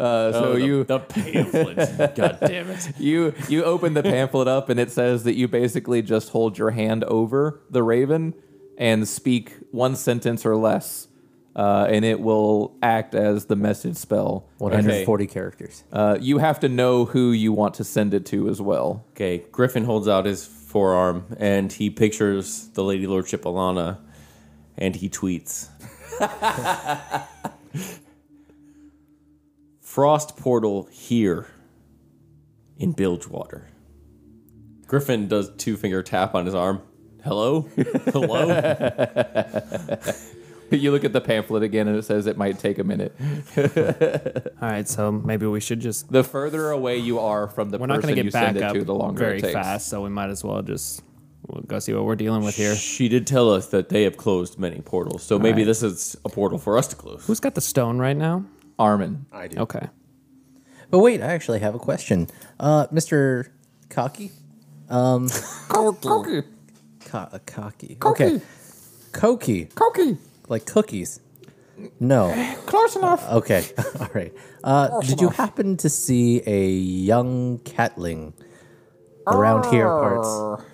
[SPEAKER 1] uh, so
[SPEAKER 2] the,
[SPEAKER 1] you
[SPEAKER 2] Oh, the pamphlet. God damn it.
[SPEAKER 1] you you open the pamphlet up and it says that you basically just hold your hand over the raven and speak one sentence or less uh, and it will act as the message spell
[SPEAKER 4] 140 characters.
[SPEAKER 1] uh, you have to know who you want to send it to as well
[SPEAKER 2] <laughs> Okay, Griffin holds out his forearm and he pictures the Lady Lordship Alana and he tweets <laughs> Frost portal here in Bilgewater. Griffin does two finger tap on his arm. Hello?
[SPEAKER 1] <laughs>
[SPEAKER 2] Hello? <laughs>
[SPEAKER 1] you look at the pamphlet again and it says it might take a minute
[SPEAKER 5] All right, so maybe we should just.
[SPEAKER 1] the further away you are from the
[SPEAKER 5] We're not
[SPEAKER 1] person
[SPEAKER 5] going to
[SPEAKER 1] you
[SPEAKER 5] get
[SPEAKER 1] send
[SPEAKER 5] back
[SPEAKER 1] it
[SPEAKER 5] up
[SPEAKER 1] to the longer
[SPEAKER 5] very
[SPEAKER 1] it takes
[SPEAKER 5] fast, so we might as well just we'll go see what we're dealing with here.
[SPEAKER 2] she did tell us that they have closed many portals, so maybe
[SPEAKER 5] right.
[SPEAKER 2] this is a portal for us to close.
[SPEAKER 5] Who's got the stone right now?
[SPEAKER 1] armin
[SPEAKER 4] I do.
[SPEAKER 5] Okay.
[SPEAKER 4] But wait, I actually have a question. Uh, Mr. Cocky?
[SPEAKER 6] Go, Koki,
[SPEAKER 4] Co- uh, cocky.
[SPEAKER 6] Cocky.
[SPEAKER 4] Okay. Cocky.
[SPEAKER 6] Koki,
[SPEAKER 4] Like cookies. No. Uh,
[SPEAKER 6] close enough.
[SPEAKER 4] Okay. <laughs> All right. Uh, did you happen to see a young catling around here parts?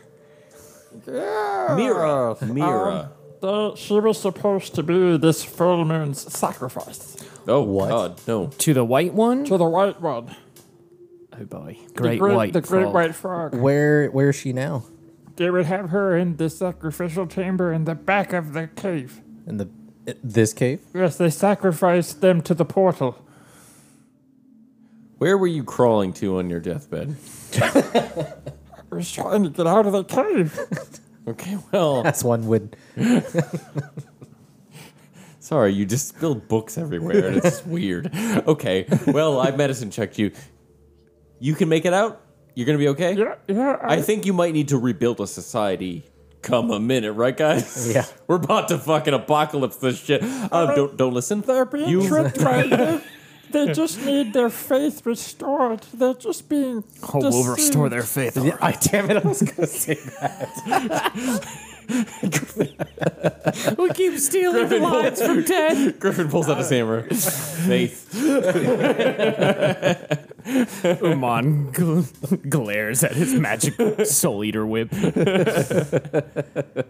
[SPEAKER 2] Mira. Mira.
[SPEAKER 6] Uh, she was supposed to be this full moon's sacrifice
[SPEAKER 2] oh,
[SPEAKER 4] what?
[SPEAKER 2] God, no.
[SPEAKER 5] To the white one?
[SPEAKER 6] to the white one.
[SPEAKER 5] Oh boy. Great
[SPEAKER 6] the great,
[SPEAKER 5] white.
[SPEAKER 6] the great
[SPEAKER 5] frog.
[SPEAKER 6] white frog.
[SPEAKER 4] Where Where is she now?
[SPEAKER 6] They would have her in the sacrificial chamber in the back of the cave.
[SPEAKER 4] In the i- this cave?
[SPEAKER 6] Yes, they sacrificed them to the portal.
[SPEAKER 2] Where were you crawling to on your deathbed?
[SPEAKER 5] <laughs>
[SPEAKER 6] I was trying to get out of the cave.
[SPEAKER 2] Okay,
[SPEAKER 4] <laughs>
[SPEAKER 2] well,
[SPEAKER 4] That's one would.
[SPEAKER 2] sorry, you just spilled books everywhere, and it's weird. Okay, well, I medicine checked you. You can make it out. You're gonna be okay.
[SPEAKER 6] Yeah, yeah. I,
[SPEAKER 2] I think you might need to rebuild a society. Come a minute, right, guys?
[SPEAKER 4] Yeah.
[SPEAKER 2] <laughs> we're about to fucking apocalypse this shit. Um, don't don't listen.
[SPEAKER 6] they're being
[SPEAKER 2] You-
[SPEAKER 6] tricked right now. They just need their faith restored. They're just being.
[SPEAKER 5] Hope will
[SPEAKER 6] deceived.
[SPEAKER 5] Oh, restore their faith.
[SPEAKER 4] I damn it! I was gonna say
[SPEAKER 5] we keep stealing
[SPEAKER 2] Griffin, hold-
[SPEAKER 5] lines from Ted.
[SPEAKER 2] Griffin pulls out his hammer. Faith.
[SPEAKER 5] Uman gl- <laughs> glares at his magic soul eater whip.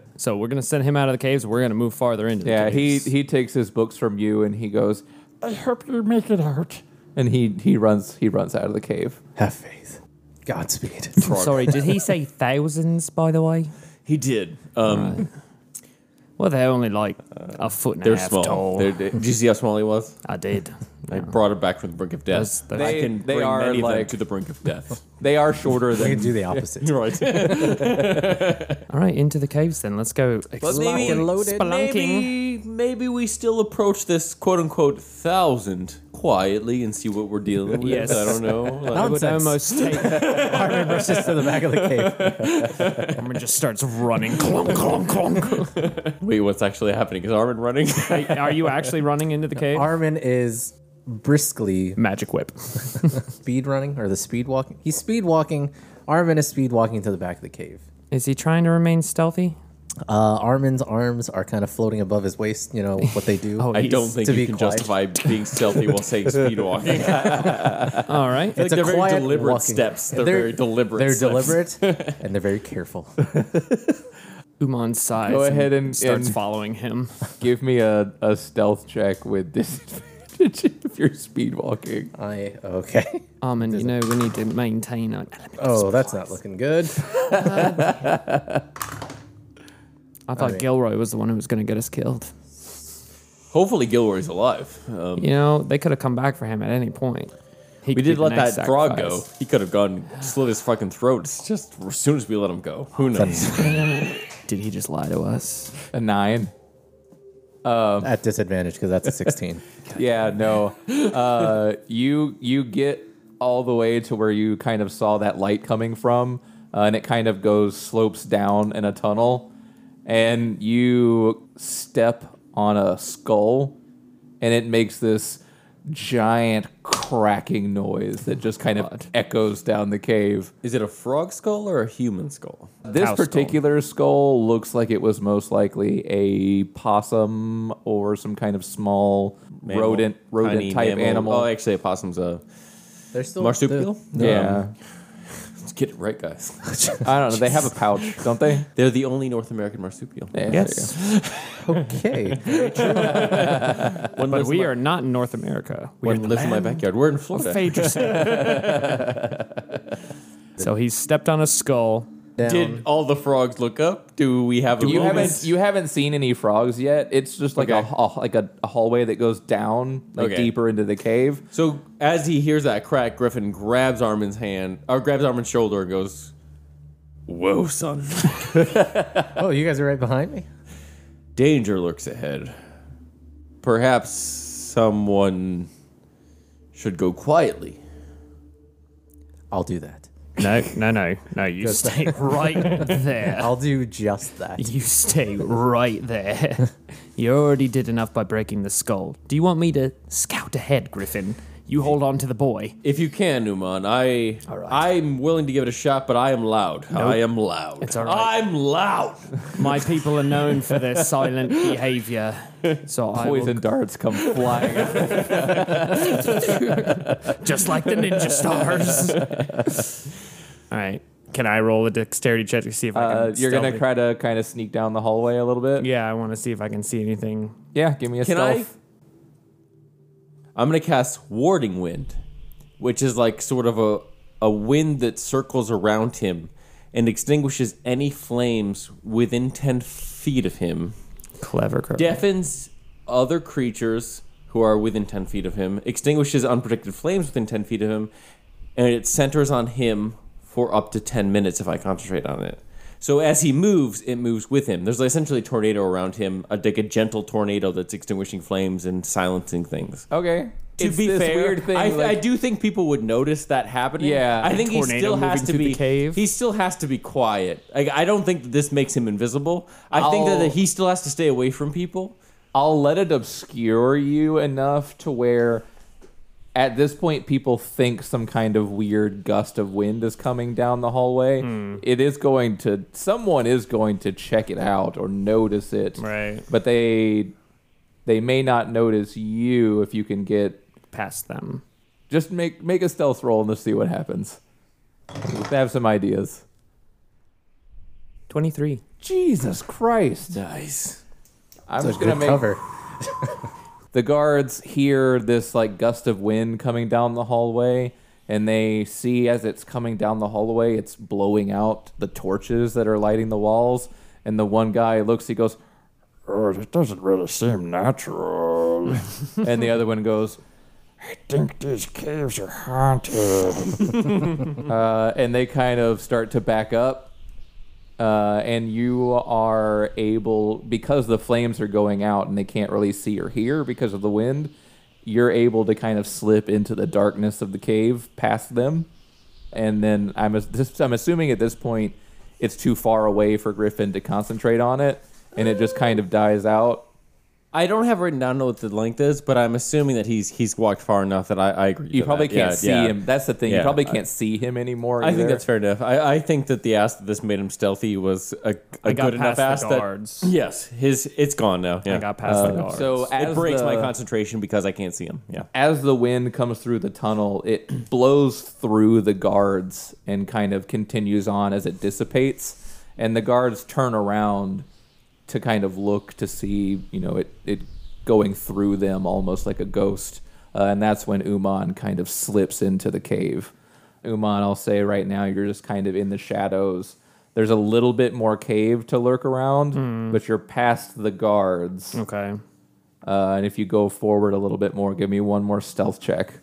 [SPEAKER 5] <laughs> so we're gonna send him out of the caves. We're gonna move farther into.
[SPEAKER 1] Yeah,
[SPEAKER 5] the
[SPEAKER 1] he
[SPEAKER 5] caves.
[SPEAKER 1] he takes his books from you and he goes,
[SPEAKER 6] I hope you make it out.
[SPEAKER 1] and he he runs he runs out of the cave.
[SPEAKER 4] have faith. Godspeed. <laughs>
[SPEAKER 5] Sorry, did he say thousands? By the way,
[SPEAKER 2] He did. Um,
[SPEAKER 5] well, they're only like a foot and
[SPEAKER 2] They're
[SPEAKER 5] a half
[SPEAKER 2] small.
[SPEAKER 5] tall.
[SPEAKER 2] They're, they- did you see how small he was?
[SPEAKER 5] I did.
[SPEAKER 2] I brought him back from the brink of
[SPEAKER 5] Those-
[SPEAKER 2] death.
[SPEAKER 5] those-
[SPEAKER 2] I
[SPEAKER 1] They-
[SPEAKER 2] can
[SPEAKER 1] they
[SPEAKER 2] bring
[SPEAKER 1] are
[SPEAKER 2] many of them
[SPEAKER 1] like-
[SPEAKER 2] to the brink of death.
[SPEAKER 1] They are shorter
[SPEAKER 4] We
[SPEAKER 1] than
[SPEAKER 4] can do the opposite.
[SPEAKER 2] <laughs> right.
[SPEAKER 5] All right, into the caves then. Let's go.
[SPEAKER 2] maybe,
[SPEAKER 5] spelunking- spelunking.
[SPEAKER 2] maybe, maybe we still approach this quote unquote thousand quietly and see what we're dealing with.
[SPEAKER 5] Yes.
[SPEAKER 2] <laughs> I don't know.
[SPEAKER 5] I
[SPEAKER 2] Like,
[SPEAKER 5] would
[SPEAKER 4] Nonsense.
[SPEAKER 5] almost
[SPEAKER 2] <laughs>
[SPEAKER 5] take.
[SPEAKER 4] Armin rushes to the back of the cave.
[SPEAKER 5] Armin just starts running. Clunk, clunk, clunk.
[SPEAKER 2] wait, what's actually happening? Is Armin running? <laughs>
[SPEAKER 5] Hey, Are you actually running into the cave?
[SPEAKER 4] Armin is briskly
[SPEAKER 5] Magic whip.
[SPEAKER 4] speed running or the speed walking. He's speed walking. Armin is speed walking to the back of the cave.
[SPEAKER 5] Is he trying to remain stealthy?
[SPEAKER 4] Uh, Armin's arms are kind of floating above his waist. You know what they do.
[SPEAKER 5] Oh,
[SPEAKER 2] I
[SPEAKER 5] he's-
[SPEAKER 2] don't think
[SPEAKER 4] to
[SPEAKER 2] you
[SPEAKER 4] be
[SPEAKER 2] can
[SPEAKER 4] quiet.
[SPEAKER 2] justify being stealthy while saying speed walking. I
[SPEAKER 5] All right.
[SPEAKER 4] It's
[SPEAKER 2] feel like
[SPEAKER 4] a
[SPEAKER 2] they're very
[SPEAKER 4] quiet
[SPEAKER 2] deliberate
[SPEAKER 4] walking.
[SPEAKER 2] steps. They're, very deliberate.
[SPEAKER 4] They're
[SPEAKER 2] steps.
[SPEAKER 4] deliberate
[SPEAKER 2] <laughs>
[SPEAKER 4] and they're very careful.
[SPEAKER 5] Uman sighs.
[SPEAKER 1] Go ahead and-
[SPEAKER 5] starts
[SPEAKER 1] and-
[SPEAKER 5] following him.
[SPEAKER 1] Give me a, a stealth check with disadvantage if you're speed walking.
[SPEAKER 4] I
[SPEAKER 2] <laughs>
[SPEAKER 4] okay.
[SPEAKER 5] Um, and you know we need to maintain an element.
[SPEAKER 4] Oh, that's not looking good.
[SPEAKER 5] I thought
[SPEAKER 4] right.
[SPEAKER 5] Gilroy was the one who was going to get us killed.
[SPEAKER 2] Hopefully, Gilroy's alive. Um,
[SPEAKER 5] You know they could have come back for him at any point. He could
[SPEAKER 2] We
[SPEAKER 5] be
[SPEAKER 2] did
[SPEAKER 5] the
[SPEAKER 2] let that
[SPEAKER 5] next
[SPEAKER 2] frog go.
[SPEAKER 5] sacrifice.
[SPEAKER 2] He could have gone slit his fucking throat. It's just as soon as we let him go. Who knows?
[SPEAKER 5] Did he just lie to us?
[SPEAKER 1] A nine.
[SPEAKER 2] Um,
[SPEAKER 4] At disadvantage because that's
[SPEAKER 2] <laughs>
[SPEAKER 4] a sixteen.
[SPEAKER 1] Yeah, no. Uh, you you get all the way to where you kind of saw that light coming from, uh, and it kind of goes slopes down in a tunnel, and you step on a skull, and it makes this giant cracking noise that just kind of echoes down the cave.
[SPEAKER 2] Is it a frog skull or a human skull?
[SPEAKER 1] This
[SPEAKER 5] Cow skull.
[SPEAKER 1] particular skull. looks like it was most likely a possum or some kind of small
[SPEAKER 2] Mammal?
[SPEAKER 1] rodent rodent
[SPEAKER 2] Tiny
[SPEAKER 1] type
[SPEAKER 2] mammal?
[SPEAKER 1] animal.
[SPEAKER 2] Oh, actually, a possum's a
[SPEAKER 4] They're still
[SPEAKER 2] marsupial.
[SPEAKER 1] yeah.
[SPEAKER 2] Let's get it right, guys.
[SPEAKER 1] I don't know. They have a pouch, don't <laughs> they?
[SPEAKER 2] They're the only North American marsupial.
[SPEAKER 1] Yeah, there you
[SPEAKER 5] Yes,
[SPEAKER 4] Okay.
[SPEAKER 2] <laughs> One
[SPEAKER 5] but
[SPEAKER 2] lives
[SPEAKER 5] we
[SPEAKER 2] in my-
[SPEAKER 5] are not in North America. We're
[SPEAKER 2] One
[SPEAKER 5] in
[SPEAKER 2] lives in my backyard. We're in Florida. <laughs>
[SPEAKER 5] Phaedrus. so he stepped on a skull.
[SPEAKER 4] Down.
[SPEAKER 2] Did all the frogs look up? Do we have a
[SPEAKER 1] go. You
[SPEAKER 2] moment?
[SPEAKER 1] haven't you haven't seen any frogs yet. It's just like
[SPEAKER 2] Okay.
[SPEAKER 1] a, a like a, a hallway that goes down like
[SPEAKER 2] Okay.
[SPEAKER 1] deeper into the cave.
[SPEAKER 2] So as he hears that crack, Griffin grabs Armin's hand or grabs Armin's shoulder and goes, "Whoa, son! <laughs>
[SPEAKER 4] Oh, you guys are right behind me.
[SPEAKER 2] Danger lurks ahead. Perhaps someone should go quietly."
[SPEAKER 4] I'll do that.
[SPEAKER 5] No, no, no, no. You stay right there.
[SPEAKER 4] I'll do
[SPEAKER 2] <laughs>
[SPEAKER 4] just that.
[SPEAKER 5] You stay right there. You already did enough by breaking the skull. Do you want me to scout ahead, Griffin? You hold on to the boy.
[SPEAKER 2] If you can, Numan, I
[SPEAKER 5] right.
[SPEAKER 2] I'm willing to give it a shot, but I am loud. I am loud.
[SPEAKER 5] It's all right.
[SPEAKER 2] I'm loud.
[SPEAKER 5] My people are known for their silent behavior. So I will,
[SPEAKER 1] Poison darts <laughs> come flying. out.
[SPEAKER 5] just like the ninja stars.
[SPEAKER 1] <laughs>
[SPEAKER 5] All right. Can I roll a dexterity check to see if I
[SPEAKER 1] Uh,
[SPEAKER 5] can?
[SPEAKER 1] you're gonna
[SPEAKER 5] stealth-
[SPEAKER 1] try to kind of sneak down the hallway a little bit.
[SPEAKER 5] Yeah, I want to see if I can see anything.
[SPEAKER 1] Yeah, give me a
[SPEAKER 2] Can I?
[SPEAKER 1] stealth.
[SPEAKER 2] I'm gonna cast Warding Wind, which is like sort of a a wind that circles around him and extinguishes any flames within ten feet of him.
[SPEAKER 5] Clever girl.
[SPEAKER 2] Deafens other creatures who are within ten feet of him. Extinguishes unpredicted flames within ten feet of him, and it centers on him for up to ten minutes if I concentrate on it. So as he moves, it moves with him. There's essentially a tornado around him, a, like a gentle tornado that's extinguishing flames and silencing things.
[SPEAKER 1] Okay.
[SPEAKER 2] To
[SPEAKER 1] It's
[SPEAKER 2] be
[SPEAKER 1] this
[SPEAKER 2] fair,
[SPEAKER 1] weird thing,
[SPEAKER 2] I, I
[SPEAKER 1] like-
[SPEAKER 2] do think people would notice that happening.
[SPEAKER 1] Yeah.
[SPEAKER 2] I think he
[SPEAKER 7] Tornado
[SPEAKER 2] still has
[SPEAKER 7] moving
[SPEAKER 2] to
[SPEAKER 7] through the
[SPEAKER 2] be.
[SPEAKER 7] cave.
[SPEAKER 2] He still has to be quiet. Like, I don't think that this makes him invisible. I think that,
[SPEAKER 1] I'll-
[SPEAKER 2] that he still has to stay away from people.
[SPEAKER 1] I'll let it obscure you enough to where at this point people think some kind of weird gust of wind is coming down the hallway.
[SPEAKER 5] Hmm.
[SPEAKER 1] It is going to someone is going to check it out or notice it.
[SPEAKER 5] Right.
[SPEAKER 1] But they they may not notice you if you can get
[SPEAKER 5] Past them.
[SPEAKER 1] just make make a stealth roll and let's see what happens. Let's have some ideas.
[SPEAKER 5] 23.
[SPEAKER 1] Jesus Christ.
[SPEAKER 2] Nice.
[SPEAKER 1] I'm
[SPEAKER 4] It's a
[SPEAKER 1] just gonna
[SPEAKER 4] good
[SPEAKER 1] make
[SPEAKER 4] cover.
[SPEAKER 1] the guards hear this like gust of wind coming down the hallway and they see as it's coming down the hallway it's blowing out the torches that are lighting the walls and the one guy looks he goes <laughs>
[SPEAKER 6] Oh, this doesn't really seem natural. I
[SPEAKER 1] and the other one goes
[SPEAKER 6] think these caves are haunted.
[SPEAKER 1] uh, and they kind of start to back up uh, and you are able because the flames are going out and they can't really see or hear because of the wind you're able to kind of slip into the darkness of the cave past them and then I'm as- this, I'm assuming at this point it's too far away for Griffin to concentrate on it, and it just kind of dies out.
[SPEAKER 2] I don't have written down what the length is, but I'm assuming that he's he's walked far enough that I, I agree.
[SPEAKER 1] You
[SPEAKER 2] to
[SPEAKER 1] probably
[SPEAKER 2] that.
[SPEAKER 1] can't
[SPEAKER 2] Yeah,
[SPEAKER 1] see
[SPEAKER 2] yeah.
[SPEAKER 1] him. That's the thing.
[SPEAKER 2] Yeah,
[SPEAKER 1] you probably
[SPEAKER 2] I-
[SPEAKER 1] can't see him anymore.
[SPEAKER 2] I
[SPEAKER 1] either.
[SPEAKER 2] think that's fair enough. I, I think that the ass that this made him stealthy was a, a
[SPEAKER 5] I got
[SPEAKER 2] good enough
[SPEAKER 5] past
[SPEAKER 2] ass
[SPEAKER 5] the
[SPEAKER 2] that
[SPEAKER 5] guards.
[SPEAKER 2] yes, his it's gone now. Yeah. Um,
[SPEAKER 5] I got past the guards.
[SPEAKER 1] So as
[SPEAKER 2] it breaks
[SPEAKER 1] the,
[SPEAKER 2] my concentration because I can't see him. Yeah.
[SPEAKER 1] as the wind comes through the tunnel, it <clears throat> blows through the guards and kind of continues on as it dissipates. And the guards turn around to kind of look to see, you know, it, it going through them almost like a ghost. Uh, and that's when Uman kind of slips into the cave. Uman, I'll say right now, you're just kind of in the shadows. There's a little bit more cave to lurk around, but you're past the guards.
[SPEAKER 5] Okay.
[SPEAKER 1] Uh, and if you go forward a little bit more, give me one more stealth check.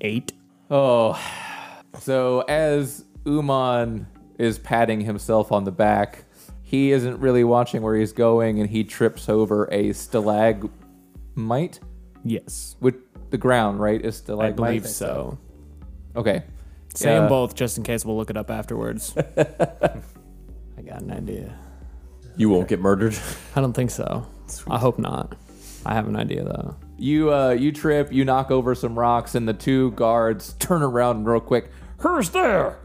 [SPEAKER 5] Eight.
[SPEAKER 1] Oh. So as Uman is patting himself on the back, he isn't really watching where he's going and he trips over a stalagmite
[SPEAKER 5] Yes.
[SPEAKER 1] with the ground, right? Is
[SPEAKER 5] I
[SPEAKER 1] stalagmite?
[SPEAKER 5] believe so.
[SPEAKER 1] Okay.
[SPEAKER 5] Say them
[SPEAKER 1] Yeah.
[SPEAKER 5] both just in case we'll look it up afterwards. I got an idea.
[SPEAKER 2] You won't get murdered.
[SPEAKER 5] I don't think so. I hope not. I have an idea though.
[SPEAKER 1] You uh you trip, you knock over some rocks and the two guards turn around real quick
[SPEAKER 6] Who's there?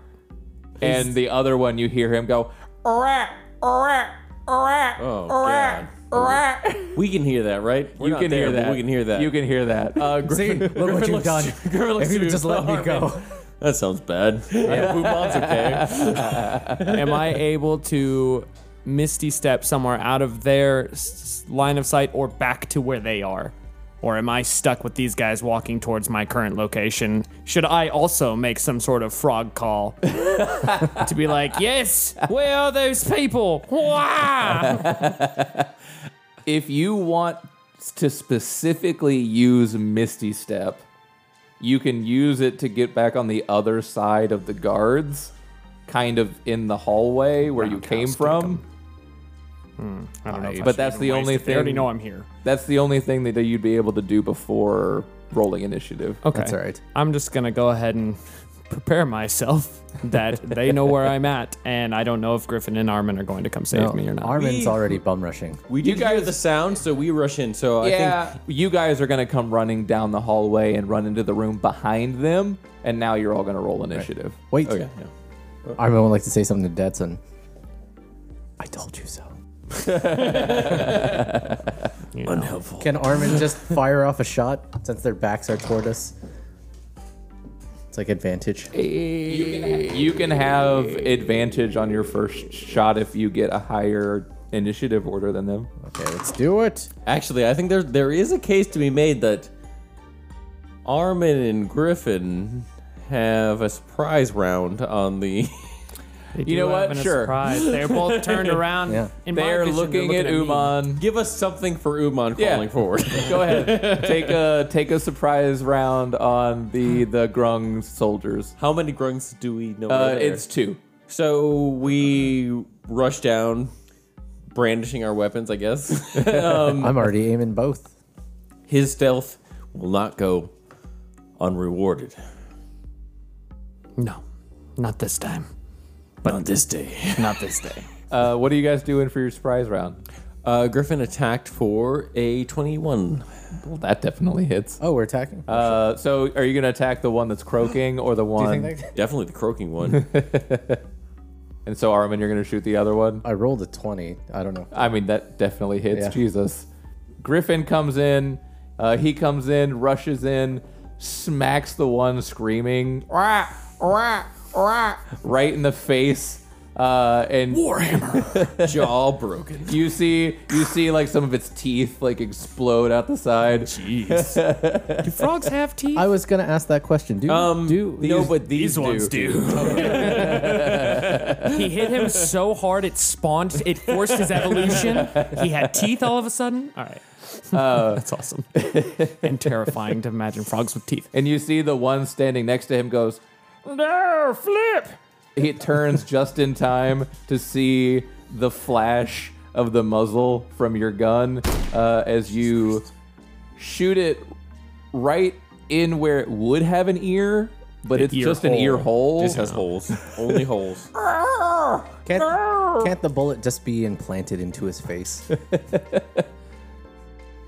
[SPEAKER 1] and the other one you hear him go
[SPEAKER 6] Rat, rat, rat,
[SPEAKER 2] <laughs> Oh, <laughs>
[SPEAKER 6] rat, rat.
[SPEAKER 2] We can hear that, right? We're
[SPEAKER 1] you
[SPEAKER 2] not
[SPEAKER 1] can
[SPEAKER 2] there,
[SPEAKER 1] hear
[SPEAKER 2] but
[SPEAKER 1] that.
[SPEAKER 2] We can hear that.
[SPEAKER 1] You can hear
[SPEAKER 2] <laughs>
[SPEAKER 1] that. Uh, Griffin,
[SPEAKER 4] Look what
[SPEAKER 2] Griffin
[SPEAKER 4] you've done.
[SPEAKER 2] looks- Griffin <laughs> looks
[SPEAKER 4] If you
[SPEAKER 2] to
[SPEAKER 4] just
[SPEAKER 5] <laughs>
[SPEAKER 4] let me
[SPEAKER 2] Uman.
[SPEAKER 4] go.
[SPEAKER 2] That sounds bad. <laughs> Yeah, Uman's okay.
[SPEAKER 5] Am
[SPEAKER 4] <laughs>
[SPEAKER 5] I able to misty step somewhere out of their s- s- line of sight or back to where they are? Or am I stuck with these guys walking towards my current location? Should I also make some sort of frog call to be like, yes, where are those people? Wah!"
[SPEAKER 1] if you want to specifically use Misty Step, you can use it to get back on the other side of the guards, kind of in the hallway where you came
[SPEAKER 5] kick
[SPEAKER 1] from.
[SPEAKER 5] I don't know. if I
[SPEAKER 1] But
[SPEAKER 5] should
[SPEAKER 1] that's the
[SPEAKER 5] even waste
[SPEAKER 1] only
[SPEAKER 5] it. They already
[SPEAKER 1] thing-
[SPEAKER 5] know I'm here.
[SPEAKER 1] That's the only thing that you'd be able to do before rolling initiative.
[SPEAKER 5] Okay.
[SPEAKER 4] That's all right.
[SPEAKER 5] I'm just gonna go ahead and prepare myself that they know where I'm at, and I don't know if Griffin and Armin are going to come save
[SPEAKER 4] No,
[SPEAKER 5] me or not.
[SPEAKER 4] Armin's
[SPEAKER 2] We-
[SPEAKER 4] already bum rushing.
[SPEAKER 2] <laughs> We did hear the sound, so we rush in. So I
[SPEAKER 1] yeah,
[SPEAKER 2] think
[SPEAKER 1] you guys are gonna come running down the hallway and run into the room behind them, and now you're all gonna roll initiative.
[SPEAKER 4] Wait,
[SPEAKER 2] Okay. Oh, Yeah.
[SPEAKER 4] Armin would like to say something to Detson. I told you so.
[SPEAKER 5] <laughs> You know.
[SPEAKER 4] Can Armin just fire off a shot since their backs are toward us? It's like advantage.
[SPEAKER 1] Eh, You can have advantage on your first shot if you get a higher initiative order than them.
[SPEAKER 4] Okay, let's do it.
[SPEAKER 2] Actually, I think there there is a case to be made that Armin and Griffin have a surprise round on the. <laughs>
[SPEAKER 5] They
[SPEAKER 1] You know
[SPEAKER 5] do
[SPEAKER 1] what?
[SPEAKER 5] have a
[SPEAKER 1] Sure.
[SPEAKER 5] surprise. They're
[SPEAKER 1] <laughs>
[SPEAKER 5] both turned around.
[SPEAKER 4] Yeah.
[SPEAKER 5] in my
[SPEAKER 1] They're
[SPEAKER 5] vision,
[SPEAKER 1] looking,
[SPEAKER 5] they're
[SPEAKER 1] at, Uman.
[SPEAKER 2] Give us something for Uman
[SPEAKER 1] Yeah.
[SPEAKER 2] crawling forward.
[SPEAKER 1] Go <laughs> ahead. take a take a surprise round on the the Grung soldiers.
[SPEAKER 2] How many grungs do we know?
[SPEAKER 1] Uh,
[SPEAKER 2] are there?
[SPEAKER 1] it's two.
[SPEAKER 2] So we rush down, brandishing our weapons, I guess. <laughs>
[SPEAKER 5] Um,
[SPEAKER 4] I'm already aiming both.
[SPEAKER 2] His stealth will not go unrewarded.
[SPEAKER 5] No, not this time.
[SPEAKER 2] But on this day.
[SPEAKER 5] Not this day.
[SPEAKER 1] Uh, what are you guys doing for your surprise round?
[SPEAKER 2] Uh, Griffin attacked for a 21.
[SPEAKER 1] Well, that definitely hits.
[SPEAKER 4] Oh, we're attacking.
[SPEAKER 1] Uh, so, are you going to attack the one that's croaking or the
[SPEAKER 4] Do
[SPEAKER 1] one?
[SPEAKER 4] you think that-
[SPEAKER 2] Definitely the croaking one.
[SPEAKER 1] and so, Armin, you're going to shoot the other one.
[SPEAKER 4] I rolled a twenty. I don't know.
[SPEAKER 1] I mean, that definitely hits.
[SPEAKER 4] Yeah.
[SPEAKER 1] Jesus. Griffin comes in. Uh, he comes in, rushes in, smacks the one screaming
[SPEAKER 6] Wah, wah, wah.
[SPEAKER 1] right in the face. Uh, and
[SPEAKER 2] <laughs> Jaw broken.
[SPEAKER 1] you see, you see, like some of its teeth like explode out the side.
[SPEAKER 2] Jeez.
[SPEAKER 5] Do frogs have teeth?
[SPEAKER 4] I was gonna ask that question. Do
[SPEAKER 2] Um,
[SPEAKER 4] do
[SPEAKER 2] no, but these,
[SPEAKER 5] These
[SPEAKER 1] <laughs>
[SPEAKER 5] ones do. he hit him so hard it spawned, it forced his evolution. He had teeth all of a sudden. All right.
[SPEAKER 1] Uh,
[SPEAKER 5] <laughs> That's awesome. and terrifying to imagine frogs with teeth.
[SPEAKER 1] And you see the one standing next to him goes,
[SPEAKER 5] No, flip!
[SPEAKER 1] He turns just in time to see the flash of the muzzle from your gun uh, as you shoot it right in where it would have an ear, but it's
[SPEAKER 5] ear
[SPEAKER 1] just an ear hole.
[SPEAKER 2] This
[SPEAKER 1] <laughs>
[SPEAKER 2] has holes. Only holes.
[SPEAKER 5] <laughs>
[SPEAKER 4] can't, can't the bullet just be implanted into his face?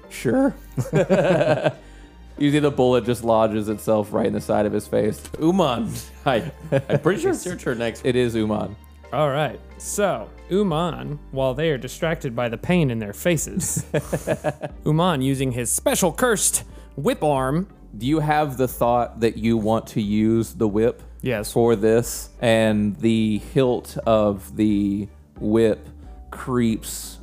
[SPEAKER 1] Sure. you see the bullet just lodges itself right in the side of his face.
[SPEAKER 2] Uman. Hi. I'm pretty sure it's your turn next.
[SPEAKER 1] It is Uman.
[SPEAKER 5] All right. So, Uman, while they are distracted by the pain in
[SPEAKER 1] <laughs>
[SPEAKER 5] their faces, Uman using his special cursed whip arm.
[SPEAKER 1] Do you have the thought that you want to use the whip?
[SPEAKER 5] Yes.
[SPEAKER 1] For this, and the hilt of the whip creeps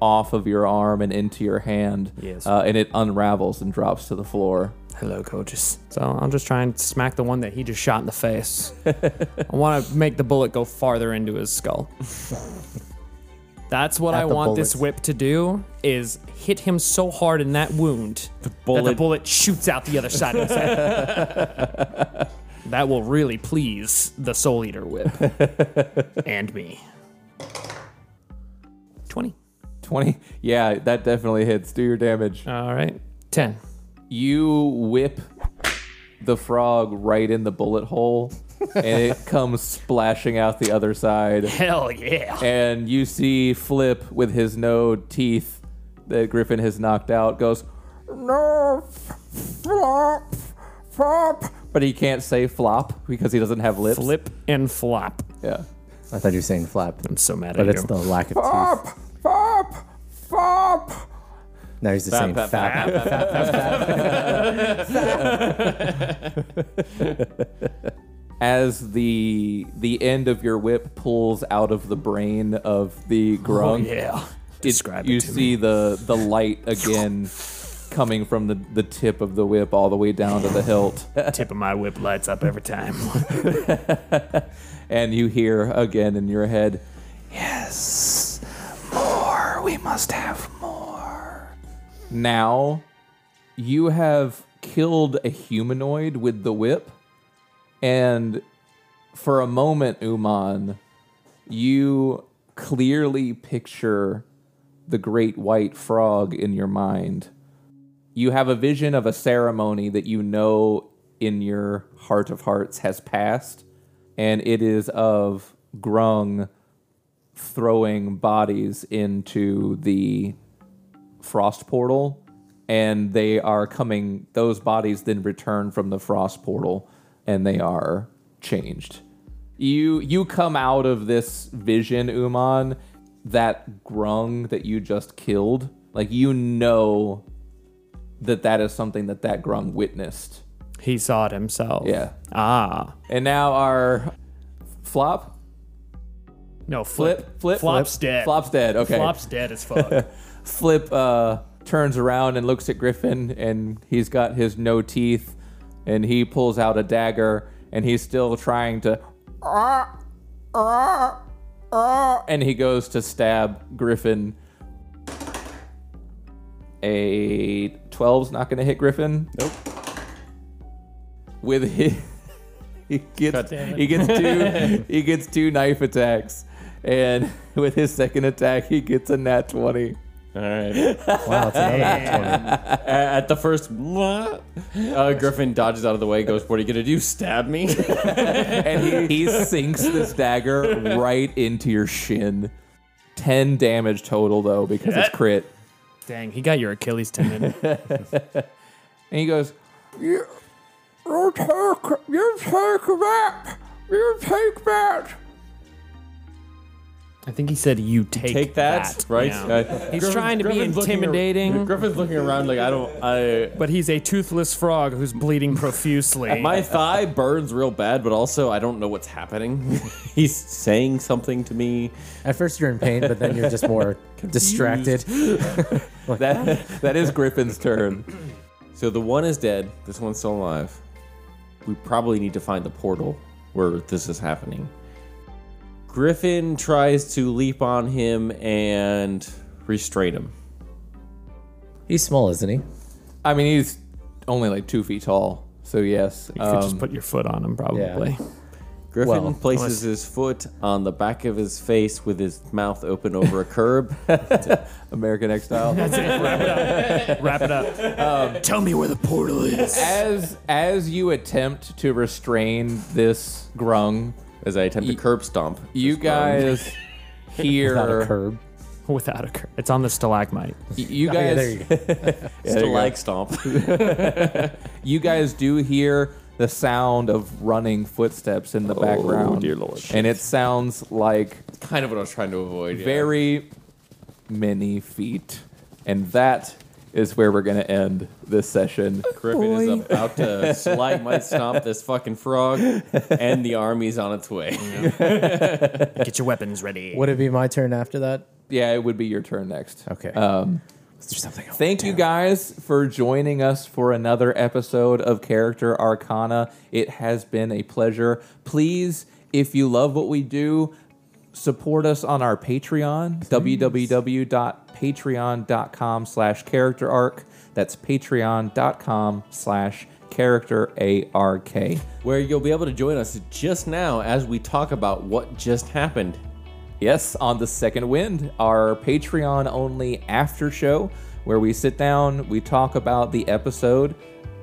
[SPEAKER 1] off of your arm and into your hand.
[SPEAKER 5] Yes.
[SPEAKER 1] Uh, and it unravels and drops to the floor. <laughs>
[SPEAKER 5] Hello, gorgeous. So I'll just try and smack the one that he just shot in
[SPEAKER 1] <laughs>
[SPEAKER 5] the face. I want to make the bullet go farther into his skull. That's what
[SPEAKER 4] At
[SPEAKER 5] I
[SPEAKER 4] the
[SPEAKER 5] want this
[SPEAKER 4] bullet.
[SPEAKER 5] whip to do is hit him so hard in that wound that the
[SPEAKER 2] bullet-
[SPEAKER 5] bullet shoots out the other side of his head.
[SPEAKER 4] <laughs>
[SPEAKER 5] that will really please the Soul Eater whip and me. 20.
[SPEAKER 1] 20. Yeah, that definitely hits. Do your damage.
[SPEAKER 5] All right. 10.
[SPEAKER 1] You whip the frog right in the bullet hole, and
[SPEAKER 5] <laughs>
[SPEAKER 1] it comes splashing out the other side.
[SPEAKER 5] Hell yeah.
[SPEAKER 1] and you see Flip with his no teeth that Griffin has knocked out goes,
[SPEAKER 6] No, f- flop, flop.
[SPEAKER 1] but he can't say flop because he doesn't have lips.
[SPEAKER 5] Flip and flop.
[SPEAKER 1] Yeah.
[SPEAKER 4] I thought you were saying flap,
[SPEAKER 5] I'm so mad
[SPEAKER 4] but
[SPEAKER 5] at
[SPEAKER 4] it's
[SPEAKER 5] you.
[SPEAKER 4] the lack of teeth.
[SPEAKER 6] Fop! Fop!
[SPEAKER 4] Now he's just saying fap.
[SPEAKER 1] As the the end of your whip pulls out of the brain of the grung,
[SPEAKER 5] Oh, yeah.
[SPEAKER 1] it- you see the the light again coming from the, the tip of the whip all the way down to the hilt.
[SPEAKER 5] Tip of my whip lights up
[SPEAKER 1] <laughs>
[SPEAKER 5] every time.
[SPEAKER 1] and you hear again in your head,
[SPEAKER 3] More. We must have more.
[SPEAKER 1] now you have killed a humanoid with the whip and for a moment uman you clearly picture the great white frog in your mind you have a vision of a ceremony that you know in your heart of hearts has passed and it is of grung throwing bodies into the frost portal and they are coming those bodies then return from the frost portal and they are changed you you come out of this vision uman that grung that you just killed like you know that that is something that that grung witnessed
[SPEAKER 5] He saw it himself.
[SPEAKER 1] yeah
[SPEAKER 5] Ah.
[SPEAKER 1] and now our flop
[SPEAKER 5] No, flip.
[SPEAKER 1] flip flip
[SPEAKER 5] Flop's dead.
[SPEAKER 1] flop's dead okay
[SPEAKER 5] Flop's dead
[SPEAKER 1] <laughs>
[SPEAKER 5] as fuck.
[SPEAKER 1] Flip uh, turns around and looks at Griffin, and he's got his no teeth, and he pulls out a dagger, and he's still trying to. "Ah, ah, ah," And he goes to stab Griffin. A 12's not going to hit Griffin. Nope. With his, <laughs> he gets he gets two he gets two knife attacks, and <laughs> with his second attack he gets a nat twenty.
[SPEAKER 2] All right.
[SPEAKER 4] Wow, it's another
[SPEAKER 2] A- At the first, "Mwah," uh, Griffin dodges out of the way. Goes, "What are you gonna do? Stab me?"
[SPEAKER 1] and he, he
[SPEAKER 5] <laughs>
[SPEAKER 1] sinks this dagger right into your shin. 10 damage total, though, because it's crit.
[SPEAKER 5] Dang, he got your Achilles tendon.
[SPEAKER 1] And he goes,
[SPEAKER 6] You, you take, you take that. You take that.
[SPEAKER 5] I think he said you take,
[SPEAKER 2] <laughs> Take that, right?
[SPEAKER 5] Yeah.
[SPEAKER 2] Uh,
[SPEAKER 5] He's
[SPEAKER 2] Griffin's-
[SPEAKER 5] trying to be
[SPEAKER 2] Griffin's looking ar-
[SPEAKER 5] intimidating.
[SPEAKER 2] Griffin's looking around like I don't. I
[SPEAKER 5] but he's a toothless frog who's bleeding
[SPEAKER 2] <laughs>
[SPEAKER 5] profusely.
[SPEAKER 2] my thigh burns real bad, but also I don't know what's happening. <laughs> He's saying something to me.
[SPEAKER 4] At first you're in pain, but then you're just <laughs> more distracted.
[SPEAKER 1] that,
[SPEAKER 2] <laughs>
[SPEAKER 1] that is Griffin's turn.
[SPEAKER 2] So the one is dead. This one's still alive. We probably need to find the portal where this is happening. Griffin tries to leap on him and restrain him.
[SPEAKER 4] He's small, isn't he?
[SPEAKER 1] I mean, he's only like two feet tall. So, yes.
[SPEAKER 5] you could
[SPEAKER 1] um,
[SPEAKER 5] just put your foot on him, probably.
[SPEAKER 2] Griffin
[SPEAKER 4] Well,
[SPEAKER 2] places his foot on the back of his face with his mouth open over a curb.
[SPEAKER 1] American X style.
[SPEAKER 5] Wrap it up.
[SPEAKER 7] Tell me where the portal is.
[SPEAKER 1] as, as you attempt to restrain this grung,
[SPEAKER 2] As I attempt to curb stomp,
[SPEAKER 1] you guys
[SPEAKER 4] <laughs> Not a
[SPEAKER 1] hear.
[SPEAKER 4] curb.
[SPEAKER 5] Without a cur- It's on the stalagmite.
[SPEAKER 1] You
[SPEAKER 4] Oh, yeah, there
[SPEAKER 1] guys
[SPEAKER 4] you
[SPEAKER 1] <laughs>
[SPEAKER 4] go.
[SPEAKER 2] still like stomp.
[SPEAKER 1] you guys do hear the sound of running footsteps in the
[SPEAKER 4] Oh,
[SPEAKER 1] background.
[SPEAKER 2] dear Lord.
[SPEAKER 1] And it sounds like
[SPEAKER 2] kind of what I was trying to avoid. yeah.
[SPEAKER 1] very many feet. And that is where we're going to end this session.
[SPEAKER 2] Griffin is about to slide my stomp this fucking frog, and the army's on its way.
[SPEAKER 5] Get your weapons
[SPEAKER 2] <laughs>
[SPEAKER 5] ready.
[SPEAKER 4] Would it be my turn after that?
[SPEAKER 1] Yeah, it would be your turn next.
[SPEAKER 4] Okay. Um, Is there something else?
[SPEAKER 1] Thank you guys for joining us for another episode of Character Arcana. It has been a pleasure. Please, if you love what we do, support us on our Patreon, www.patreon.com slash character arc. That's patreon.com slash character A-R-K.
[SPEAKER 2] where you'll be able to join us just now as we talk about what just happened.
[SPEAKER 1] Yes, on the second wind, our Patreon only after show where we sit down, we talk about the episode.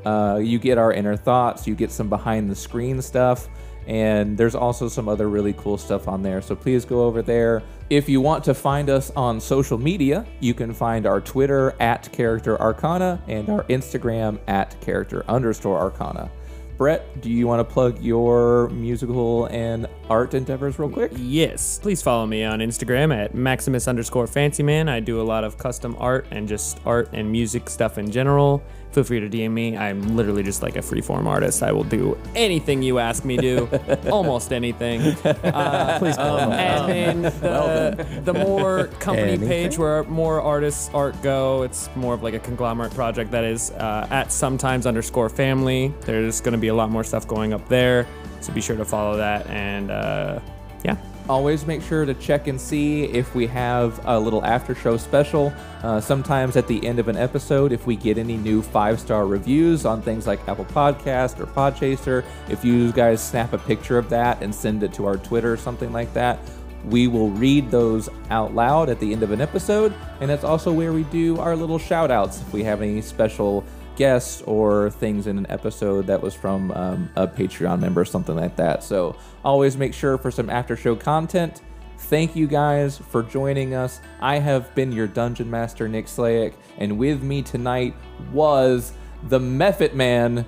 [SPEAKER 1] Uh, you get our inner thoughts, you get some behind the screen stuff, and there's also some other really cool stuff on there. So please go over there. If you want to find us on social media, you can find our Twitter at Character Arcana and our Instagram at Character underscore Arcana. Brett, do you want to plug your musical and art endeavors real quick?
[SPEAKER 5] Yes. Please follow me on Instagram at Maximus underscore Fancy Man. I do a lot of custom art and just art and music stuff in general. Feel free to DM me. I'm literally just like a freeform artist. I will do anything you ask me to, almost anything. Uh, Please And then the, the more company
[SPEAKER 4] Anything.
[SPEAKER 5] page where more artists art go, it's more of like a conglomerate project that is uh, at sometimes underscore family. There's going to be a lot more stuff going up there. So be sure to follow that. And uh, yeah.
[SPEAKER 1] always make sure to check and see if we have a little after show special. Uh, sometimes at the end of an episode, if we get any new five star reviews on things like Apple Podcast or Podchaser, if you guys snap a picture of that and send it to our Twitter or something like that, we will read those out loud at the end of an episode. And that's also where we do our little shout outs if we have any special guests or things in an episode that was from um, a Patreon member or something like that. So always make sure for some after show content. Thank you guys for joining us. I have been your dungeon master, Nick Slayick, and with me tonight was the Method Man.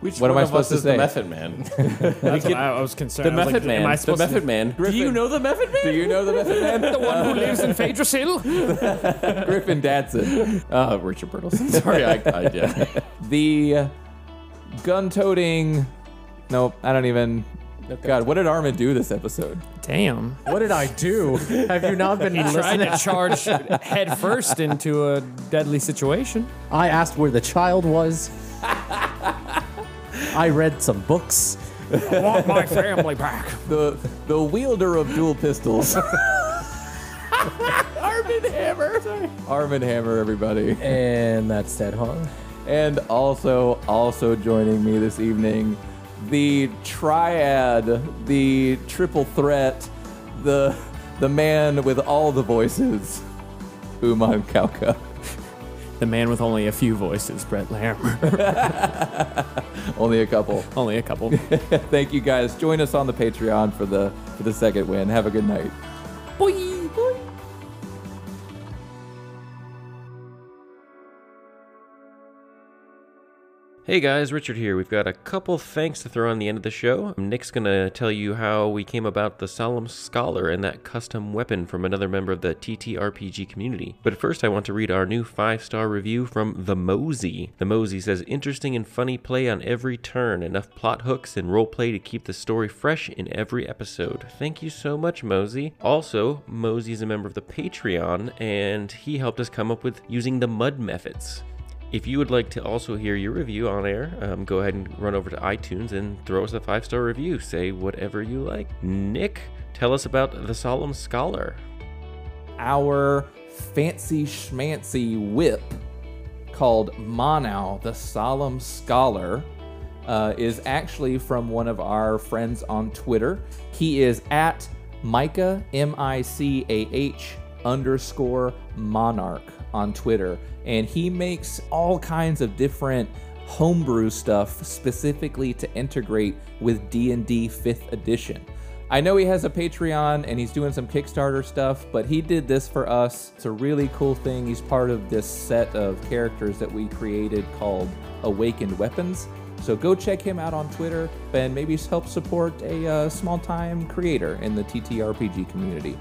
[SPEAKER 2] Which
[SPEAKER 1] What am
[SPEAKER 2] one
[SPEAKER 1] I
[SPEAKER 2] of us
[SPEAKER 1] supposed to
[SPEAKER 2] is
[SPEAKER 1] say?
[SPEAKER 2] The Method Man.
[SPEAKER 5] That's what I, I was concerned.
[SPEAKER 2] The
[SPEAKER 5] I was
[SPEAKER 2] Method
[SPEAKER 5] like,
[SPEAKER 2] Man.
[SPEAKER 5] Am I
[SPEAKER 2] the
[SPEAKER 5] supposed
[SPEAKER 2] Method Man. Do you know the Method Man?
[SPEAKER 1] Do you know the Method Man?
[SPEAKER 5] to the one who lives in
[SPEAKER 2] <laughs>
[SPEAKER 5] Phaedrusil?
[SPEAKER 1] Griffin Datsun,
[SPEAKER 2] Uh, Richard Burtleson. <laughs> Sorry, I, I yeah.
[SPEAKER 1] the gun-toting. Nope, I don't even. God, what did Armin do this episode?
[SPEAKER 5] Damn.
[SPEAKER 4] What did I do? Have you not been
[SPEAKER 5] Tried
[SPEAKER 4] listening?
[SPEAKER 5] to charge headfirst into a deadly situation.
[SPEAKER 4] <laughs> I asked where the child <laughs> was. I read some books.
[SPEAKER 5] I want my family back.
[SPEAKER 1] The the wielder of dual pistols. Armin Hammer. Armin Hammer, everybody.
[SPEAKER 4] And that's Ted Hong.
[SPEAKER 1] And also, also joining me this evening, the triad, the triple threat, the the man with all the voices, Uman Kauka.
[SPEAKER 5] The man with only a few voices, Brett Larimer.
[SPEAKER 1] <laughs> Only a couple.
[SPEAKER 5] <laughs> only a couple.
[SPEAKER 1] Thank you guys. Join us on the Patreon for the for the second win. Have a good night.
[SPEAKER 5] boy, boy.
[SPEAKER 8] Hey guys, Richard here. We've got a couple thanks to throw on the end of the show. Nick's going to tell you how we came about the Solemn Scholar and that custom weapon from another member of the TTRPG community. But first, I want to read our new five star review from The Mosey. The Mosey says, Interesting and funny play on every turn, enough plot hooks and roleplay to keep the story fresh in every episode. Thank you so much, Mosey. Also, Mosey's a member of the Patreon, and he helped us come up with using the mud methods. If you would like to also hear your review on air, um, go ahead and run over to iTunes and throw us a five star review. Say whatever you like. Nick, tell us about The Solemn Scholar.
[SPEAKER 1] our fancy schmancy whip called Monau, the Solemn Scholar, uh, is actually from one of our friends on Twitter. He is at Micah, M I C A H underscore monarch on Twitter. And he makes all kinds of different homebrew stuff specifically to integrate with D&D 5th edition. I know he has a Patreon and he's doing some Kickstarter stuff, but he did this for us. It's a really cool thing. He's part of this set of characters that we created called Awakened Weapons. So go check him out on Twitter and maybe help support a uh, small time creator in the TTRPG community.